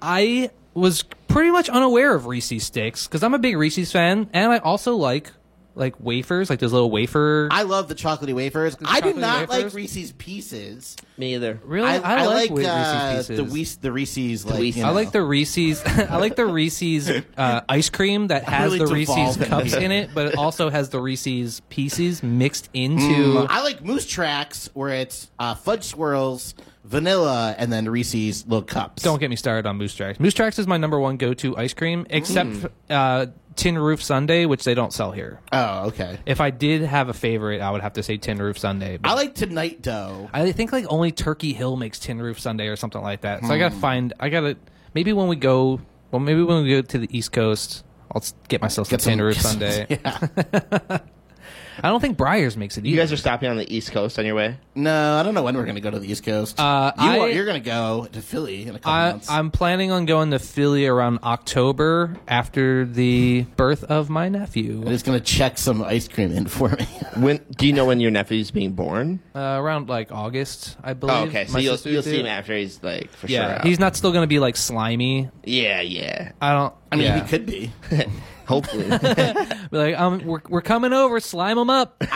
Speaker 3: I was pretty much unaware of Reese's sticks because I'm a big Reese's fan, and I also like like wafers, like those little wafer.
Speaker 2: I love the chocolatey wafers. I do
Speaker 3: chocolatey
Speaker 2: not
Speaker 3: wafers?
Speaker 2: like Reese's Pieces.
Speaker 5: Me either.
Speaker 3: really, I, like, we-
Speaker 2: uh,
Speaker 3: Reese's
Speaker 2: the
Speaker 3: pieces.
Speaker 2: Reese, the Reese's. Like,
Speaker 5: Reese's.
Speaker 2: you
Speaker 3: I
Speaker 2: know.
Speaker 3: like the Reese's. I like the Reese's uh, ice cream that has
Speaker 2: really
Speaker 3: the Reese's
Speaker 2: devolving.
Speaker 3: cups in it, but it also has the Reese's pieces mixed
Speaker 2: Mm,
Speaker 3: into.
Speaker 2: I like Moose Tracks, where it's uh, fudge swirls, vanilla, and then Reese's little cups.
Speaker 3: Don't get me started on Moose Tracks. Moose Tracks is my number one go-to ice cream, except
Speaker 2: Mm.
Speaker 3: uh, Tin Roof Sunday, which they don't sell here.
Speaker 2: Oh, okay.
Speaker 3: If I did have a favorite, I would have to say Tin Roof Sunday. but-
Speaker 2: I like Tonight Dough.
Speaker 3: I think like only Turkey Hill makes Tin Roof Sunday or something like that. So I
Speaker 2: Hmm.
Speaker 3: gotta find. I gotta maybe when we go. Well, maybe when we go to the East Coast, I'll s- get myself
Speaker 2: Get
Speaker 3: some Tin
Speaker 2: some-
Speaker 3: Roof Sunday.
Speaker 2: Yeah.
Speaker 3: I don't think Briars makes it either.
Speaker 5: You guys are stopping on the East Coast on your way.
Speaker 2: No, I don't know when we're gonna go to the East Coast.
Speaker 3: Uh,
Speaker 2: you
Speaker 3: I-
Speaker 2: are, you're gonna go to Philly in a couple
Speaker 3: I,
Speaker 2: months.
Speaker 3: I'm planning on going to Philly around October after the birth of my
Speaker 2: I'm
Speaker 3: nephew.
Speaker 2: just gonna check some ice cream in for me.
Speaker 5: When do you know when your nephew's being born?
Speaker 3: Uh, around like August, I believe.
Speaker 5: Oh, okay. So
Speaker 3: My
Speaker 5: you'll,
Speaker 3: sister's
Speaker 5: you'll see
Speaker 3: due.
Speaker 5: him after he's like for
Speaker 3: Yeah,
Speaker 5: sure. out.
Speaker 3: he's not still gonna be like slimy.
Speaker 5: yeah, yeah.
Speaker 3: I don't.
Speaker 2: I mean,
Speaker 3: yeah.
Speaker 2: he could be.
Speaker 5: Hopefully.
Speaker 3: Be like, um, we're we're coming over, slime him up.
Speaker 2: It's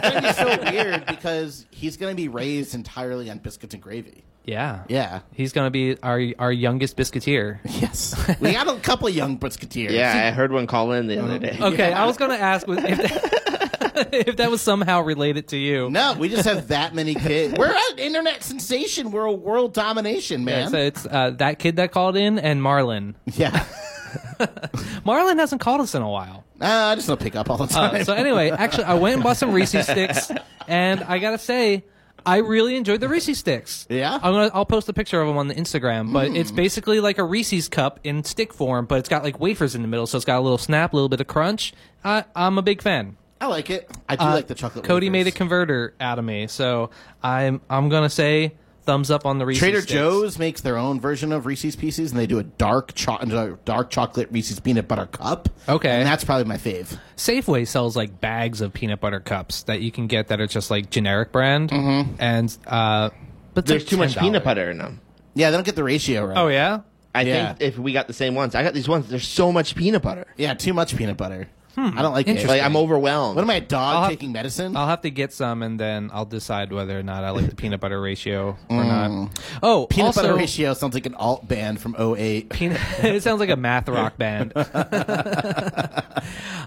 Speaker 2: gonna be so weird because he's gonna be raised entirely on biscuits and gravy.
Speaker 3: yeah,
Speaker 2: Yeah.
Speaker 3: He's gonna be our our youngest biscuiteer.
Speaker 2: Yes. we got a couple young biscuiteers.
Speaker 5: yeah, I heard one call in the other day.
Speaker 3: Okay, I was gonna ask was- if that, if that was somehow related to you.
Speaker 2: No, we just have that many kids. We're an internet sensation. We're a world domination,
Speaker 3: Yeah,
Speaker 2: man.
Speaker 3: so it's uh, that kid that called in and Marlon.
Speaker 2: Yeah.
Speaker 3: Marlon hasn't called us in a while.
Speaker 2: Uh, I just don't pick up all the time.
Speaker 3: Uh, so anyway, actually, I went and bought some Reese's sticks, and I gotta say, I really enjoyed the Reese's sticks.
Speaker 2: Yeah? Hmm.
Speaker 3: I'm gonna I'll post a picture of them on the Instagram, but it's basically like a Reese's cup in stick form, but it's got like wafers in the middle, so it's got a little snap, a little bit of crunch. I, I'm a big fan.
Speaker 2: I like it. I do
Speaker 3: Uh,
Speaker 2: like the chocolate.
Speaker 3: Cody
Speaker 2: wafers.
Speaker 3: made a converter out of me, so I'm I'm gonna say thumbs up on the Reese's.
Speaker 2: Trader
Speaker 3: sticks.
Speaker 2: Joe's makes their own version of Reese's Pieces, and they do a dark cho- dark chocolate Reese's peanut butter cup.
Speaker 3: Okay.
Speaker 2: and that's probably my fave.
Speaker 3: Safeway sells like bags of peanut butter cups that you can get that are just like generic brand,
Speaker 2: Mm-hmm.
Speaker 3: and uh, but
Speaker 5: There's
Speaker 3: they're
Speaker 5: too much
Speaker 3: $10.
Speaker 5: peanut butter in them.
Speaker 2: Yeah, they don't get the ratio right.
Speaker 3: Oh yeah,
Speaker 5: I
Speaker 2: Yeah.
Speaker 5: think if we got the same ones, I got these ones. There's so much peanut butter.
Speaker 2: yeah, too much peanut butter. I don't like it.
Speaker 5: Like
Speaker 2: Like,
Speaker 5: I'm overwhelmed.
Speaker 2: what am I, a dog
Speaker 3: Hmm. I'll have-
Speaker 2: taking medicine?
Speaker 3: I'll have to get some and then I'll decide whether or not I like the peanut butter ratio
Speaker 2: Mm.
Speaker 3: or not. Oh,
Speaker 2: peanut
Speaker 3: also,
Speaker 2: butter ratio sounds like an alt band from 08.
Speaker 3: peanut- it sounds like a math rock band.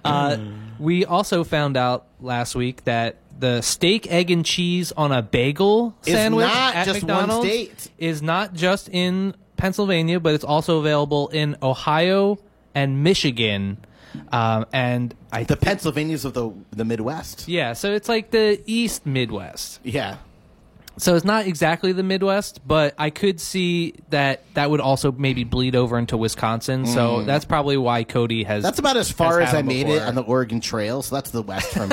Speaker 3: uh, we also found out last week that the steak, egg, and cheese on a bagel
Speaker 2: Is
Speaker 3: sandwich
Speaker 2: not
Speaker 3: at
Speaker 2: just one
Speaker 3: McDonald's
Speaker 2: state.
Speaker 3: is not just in Pennsylvania, but it's also available in Ohio and Michigan. Um, and I
Speaker 2: The Pennsylvanias of the the Midwest.
Speaker 3: yeah, so it's like the East Midwest.
Speaker 2: Yeah.
Speaker 3: So it's not exactly the Midwest, but I could see that that would also maybe bleed over into Wisconsin. So that's probably why Cody has.
Speaker 2: Mm. That's about as far
Speaker 3: Has
Speaker 2: as
Speaker 3: had
Speaker 2: I
Speaker 3: them
Speaker 2: made it
Speaker 3: before.
Speaker 2: on the Oregon Trail, so that's the West for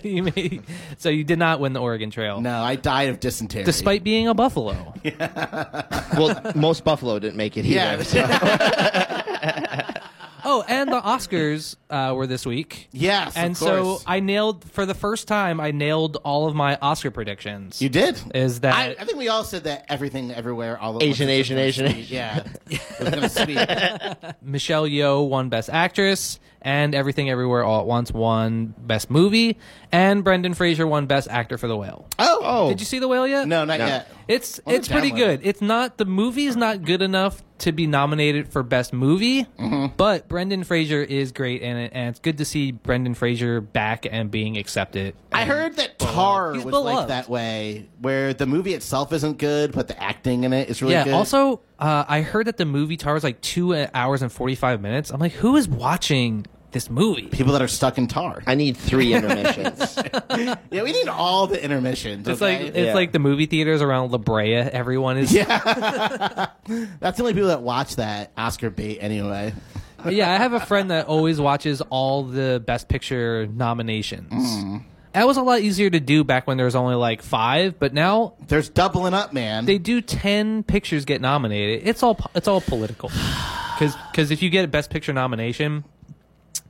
Speaker 2: me.
Speaker 3: You may- so you did not win the Oregon Trail,
Speaker 2: no, I died of dysentery.
Speaker 3: despite being a buffalo.
Speaker 5: well, most buffalo didn't make it either.
Speaker 2: Yeah.
Speaker 5: so-
Speaker 3: Oh, and the Oscars uh, were this week.
Speaker 2: Yes, of
Speaker 3: and so
Speaker 2: course.
Speaker 3: I nailed for the first time. I nailed all of my Oscar predictions.
Speaker 2: You did.
Speaker 3: Is that
Speaker 2: I, I think we all said that everything, everywhere, all at
Speaker 5: Asian,
Speaker 2: once.
Speaker 5: Asian, Asian, Asian.
Speaker 2: Yeah, was gonna sweep.
Speaker 3: Michelle Yeoh won Best Actress, and Everything Everywhere All at Once won Best Movie, and Brendan Fraser won Best Actor for The Whale.
Speaker 2: Oh,
Speaker 5: Oh,
Speaker 3: Did you see The Whale yet?
Speaker 2: no, not
Speaker 5: No.
Speaker 2: yet.
Speaker 3: It's
Speaker 2: Well,
Speaker 3: it's
Speaker 2: they're
Speaker 3: pretty
Speaker 2: downloaded.
Speaker 3: good. It's not the movie's not good enough to be nominated for best movie, but Brendan Fraser is great in it, and it's good to see Brendan Fraser back and being accepted.
Speaker 2: I heard that Tar
Speaker 3: He's
Speaker 2: was like
Speaker 3: beloved.
Speaker 2: that way, where the movie itself isn't good, but the acting in it is really
Speaker 3: yeah.
Speaker 2: good.
Speaker 3: Also, uh, I heard that the movie Tar was like two hours and forty five minutes. I'm like, who is watching this movie?
Speaker 2: people that are stuck in Tar.
Speaker 5: I need three intermissions.
Speaker 2: yeah, we need all the intermissions.
Speaker 3: It's
Speaker 2: okay?
Speaker 3: like it's
Speaker 5: Yeah.
Speaker 3: like the movie theaters around La Brea. Everyone is yeah.
Speaker 2: that's the only people that watch that Oscar bait anyway.
Speaker 3: I have a friend that always watches all the Best Picture nominations.
Speaker 2: Mm-hmm.
Speaker 3: That was a lot easier to do back when there was only like five, but now
Speaker 2: There's doubling up, man.
Speaker 3: they do ten pictures get nominated. It's all po- it's all political, because if you get a Best Picture nomination,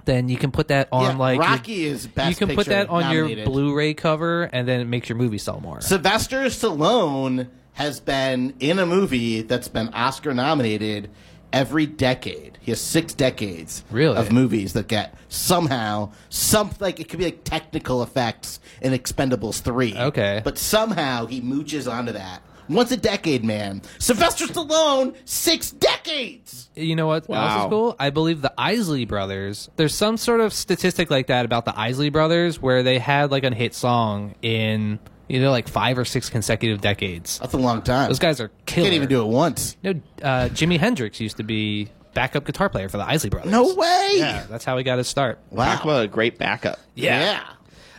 Speaker 3: then you can put that
Speaker 2: yeah,
Speaker 3: on like your-
Speaker 2: Rocky is best.
Speaker 3: you can put
Speaker 2: Picture
Speaker 3: that on your
Speaker 2: nominated.
Speaker 3: Blu-ray cover, and then it makes your movie sell more.
Speaker 2: Sylvester Stallone has been in a movie that's been Oscar nominated every decade. He has six decades
Speaker 3: Really?
Speaker 2: of movies that get somehow some like it could be like technical effects in Expendables three.
Speaker 3: Okay.
Speaker 2: but somehow he mooches onto that. Once a decade, man. Sylvester Stallone, six decades.
Speaker 3: You know what else
Speaker 5: Wow.
Speaker 3: is cool? I believe the Isley Brothers. There's some sort of statistic like that about the Isley Brothers where they had like a hit song in you know like five or six consecutive decades.
Speaker 2: That's a long time.
Speaker 3: Those guys are killer.
Speaker 2: can't even do it once.
Speaker 3: No, uh, Jimi Hendrix used to be backup guitar player for the Isley Brothers.
Speaker 2: No way.
Speaker 3: Yeah, that's how he got his start.
Speaker 2: Wow.
Speaker 5: Aqua, a great backup.
Speaker 2: yeah.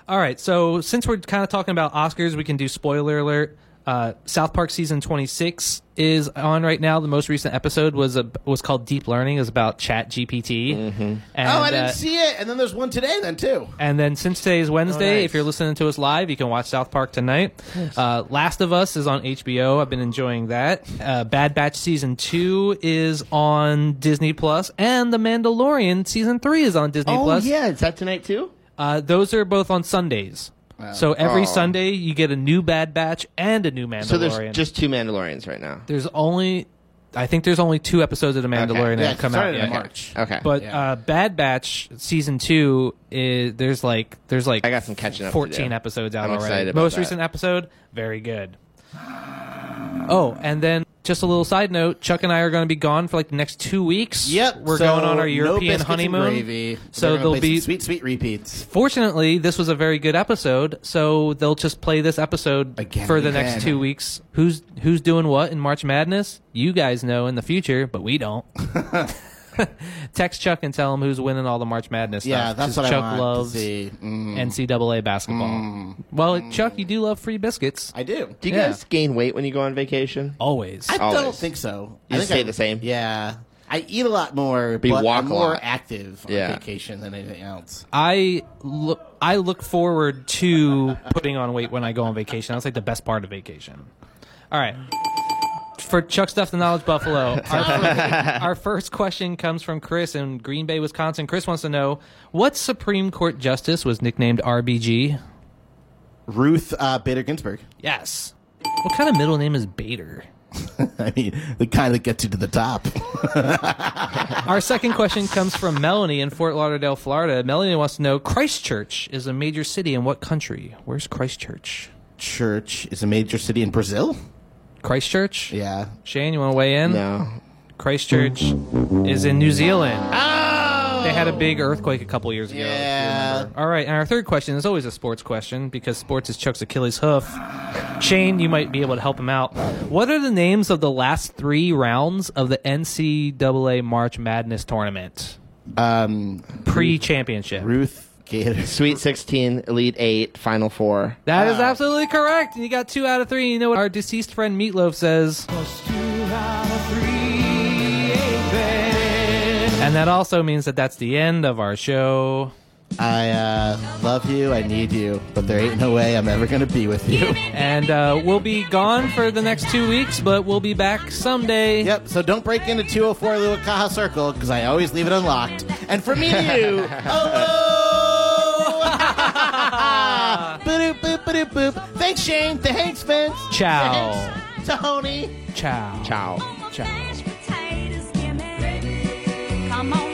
Speaker 3: All right. So since we're kind of talking about Oscars, we can do spoiler alert. Uh, South Park season 26 is on right now. The most recent episode was a, was called Deep Learning. It was about Chat GPT. And,
Speaker 2: Oh, I didn't
Speaker 3: uh,
Speaker 2: see it. And then there's one today, then too.
Speaker 3: And then since today is Wednesday,
Speaker 5: Oh, nice.
Speaker 3: if you're listening to us live, you can watch South Park tonight. Uh, Last of Us is on HBO. I've been enjoying that. Uh, Bad Batch season two is on Disney Plus, and The Mandalorian season three is on Disney
Speaker 5: Oh
Speaker 3: Plus.
Speaker 5: yeah, is that tonight too?
Speaker 3: Uh, those are both on Sundays. So
Speaker 2: Oh.
Speaker 3: every Sunday you get a new Bad Batch and a new Mandalorian.
Speaker 5: So there's just two Mandalorians right now.
Speaker 3: There's only, I think there's only two episodes of the Mandalorian that
Speaker 2: Yeah,
Speaker 3: have come out
Speaker 2: started
Speaker 3: yet.
Speaker 2: in March.
Speaker 5: Okay,
Speaker 3: But
Speaker 2: Yeah.
Speaker 3: uh, Bad Batch season two is there's like there's like
Speaker 5: I got some catching up. to
Speaker 3: fourteen
Speaker 5: do.
Speaker 3: episodes out
Speaker 5: I'm
Speaker 3: already.
Speaker 5: excited about
Speaker 3: Most
Speaker 5: that.
Speaker 3: recent episode, very good. Oh, and then just a little side note: Chuck and I are going to be gone for like the next two weeks.
Speaker 2: Yep.
Speaker 3: we're
Speaker 2: so
Speaker 3: going on our
Speaker 2: no
Speaker 3: European
Speaker 2: biscuits and
Speaker 3: honeymoon.
Speaker 2: gravy. They're
Speaker 3: So
Speaker 2: gonna
Speaker 3: there'll
Speaker 2: play some
Speaker 3: be.
Speaker 2: sweet, sweet repeats.
Speaker 3: Fortunately, this was a very good episode, so they'll just play this episode
Speaker 2: Again
Speaker 3: for
Speaker 2: and
Speaker 3: the
Speaker 2: again.
Speaker 3: next two weeks. Who's who's doing what in March Madness? You guys know in the future, but we don't. Text Chuck and tell him who's winning all the March Madness.
Speaker 2: Yeah,
Speaker 3: stuff,
Speaker 2: that's
Speaker 3: 'cause
Speaker 2: what
Speaker 3: Chuck
Speaker 2: I want
Speaker 3: loves.
Speaker 2: to see. Mm,
Speaker 3: NCAA basketball. Well, Chuck, you do love free biscuits.
Speaker 2: I do.
Speaker 5: Do you
Speaker 3: Yeah.
Speaker 5: guys gain weight when you go on vacation?
Speaker 3: Always.
Speaker 2: I don't
Speaker 5: Always.
Speaker 2: think so.
Speaker 5: You
Speaker 2: I think
Speaker 5: stay
Speaker 2: I-
Speaker 5: the same?
Speaker 2: Yeah, I eat a lot more,
Speaker 5: But you
Speaker 2: but
Speaker 5: walk
Speaker 2: I'm
Speaker 5: a
Speaker 2: more
Speaker 5: lot.
Speaker 2: active on
Speaker 5: Yeah.
Speaker 2: vacation than anything else.
Speaker 3: I look. I look forward to putting on weight when I go on vacation. That's like the best part of vacation. All right. For Chuck Stuff the Knowledge Buffalo, our, our first question comes from Chris in Green Bay, Wisconsin. Chris wants to know what Supreme Court justice was nicknamed RBG.
Speaker 2: Ruth uh, Bader Ginsburg.
Speaker 3: Yes. What kind of middle name is Bader?
Speaker 2: I mean, the kind that gets you to the top.
Speaker 3: Our second question comes from Melanie in Fort Lauderdale, Florida. Melanie wants to know Christchurch is a major city in what country? Where's Christchurch?
Speaker 2: Church is a major city in Brazil.
Speaker 3: Christchurch?
Speaker 2: Yeah.
Speaker 3: Shane, you want to weigh in?
Speaker 5: No.
Speaker 3: Christchurch is in New Zealand.
Speaker 2: Oh.
Speaker 3: They had a big earthquake a couple years ago. if you
Speaker 2: Yeah.
Speaker 3: remember. All right, and our third question is always a sports question because sports is Chuck's Achilles hoof. Shane, you might be able to help him out. What are the names of the last three rounds of the NCAA March Madness tournament?
Speaker 2: Um,
Speaker 3: Pre championship.
Speaker 2: Ruth Gator.
Speaker 5: Sweet 16, Elite 8, Final 4.
Speaker 3: That is absolutely correct. And you got two out of three. You know what our deceased friend Meatloaf says. And that also means that that's the end of our show.
Speaker 2: I uh, love you. I need you. But there ain't no way I'm ever going to be with you.
Speaker 3: And uh, we'll be gone for the next two weeks, but we'll be back someday.
Speaker 2: Yep, so don't break into 204 Luakaha Circle because I always leave it unlocked. And for me to you, hello! boop, boop, boop, boop. Thanks, Shane. Thanks, Vince.
Speaker 3: Ciao.
Speaker 2: Thanks, Tony.
Speaker 3: Ciao.
Speaker 5: Ciao.
Speaker 7: Ciao. Come on.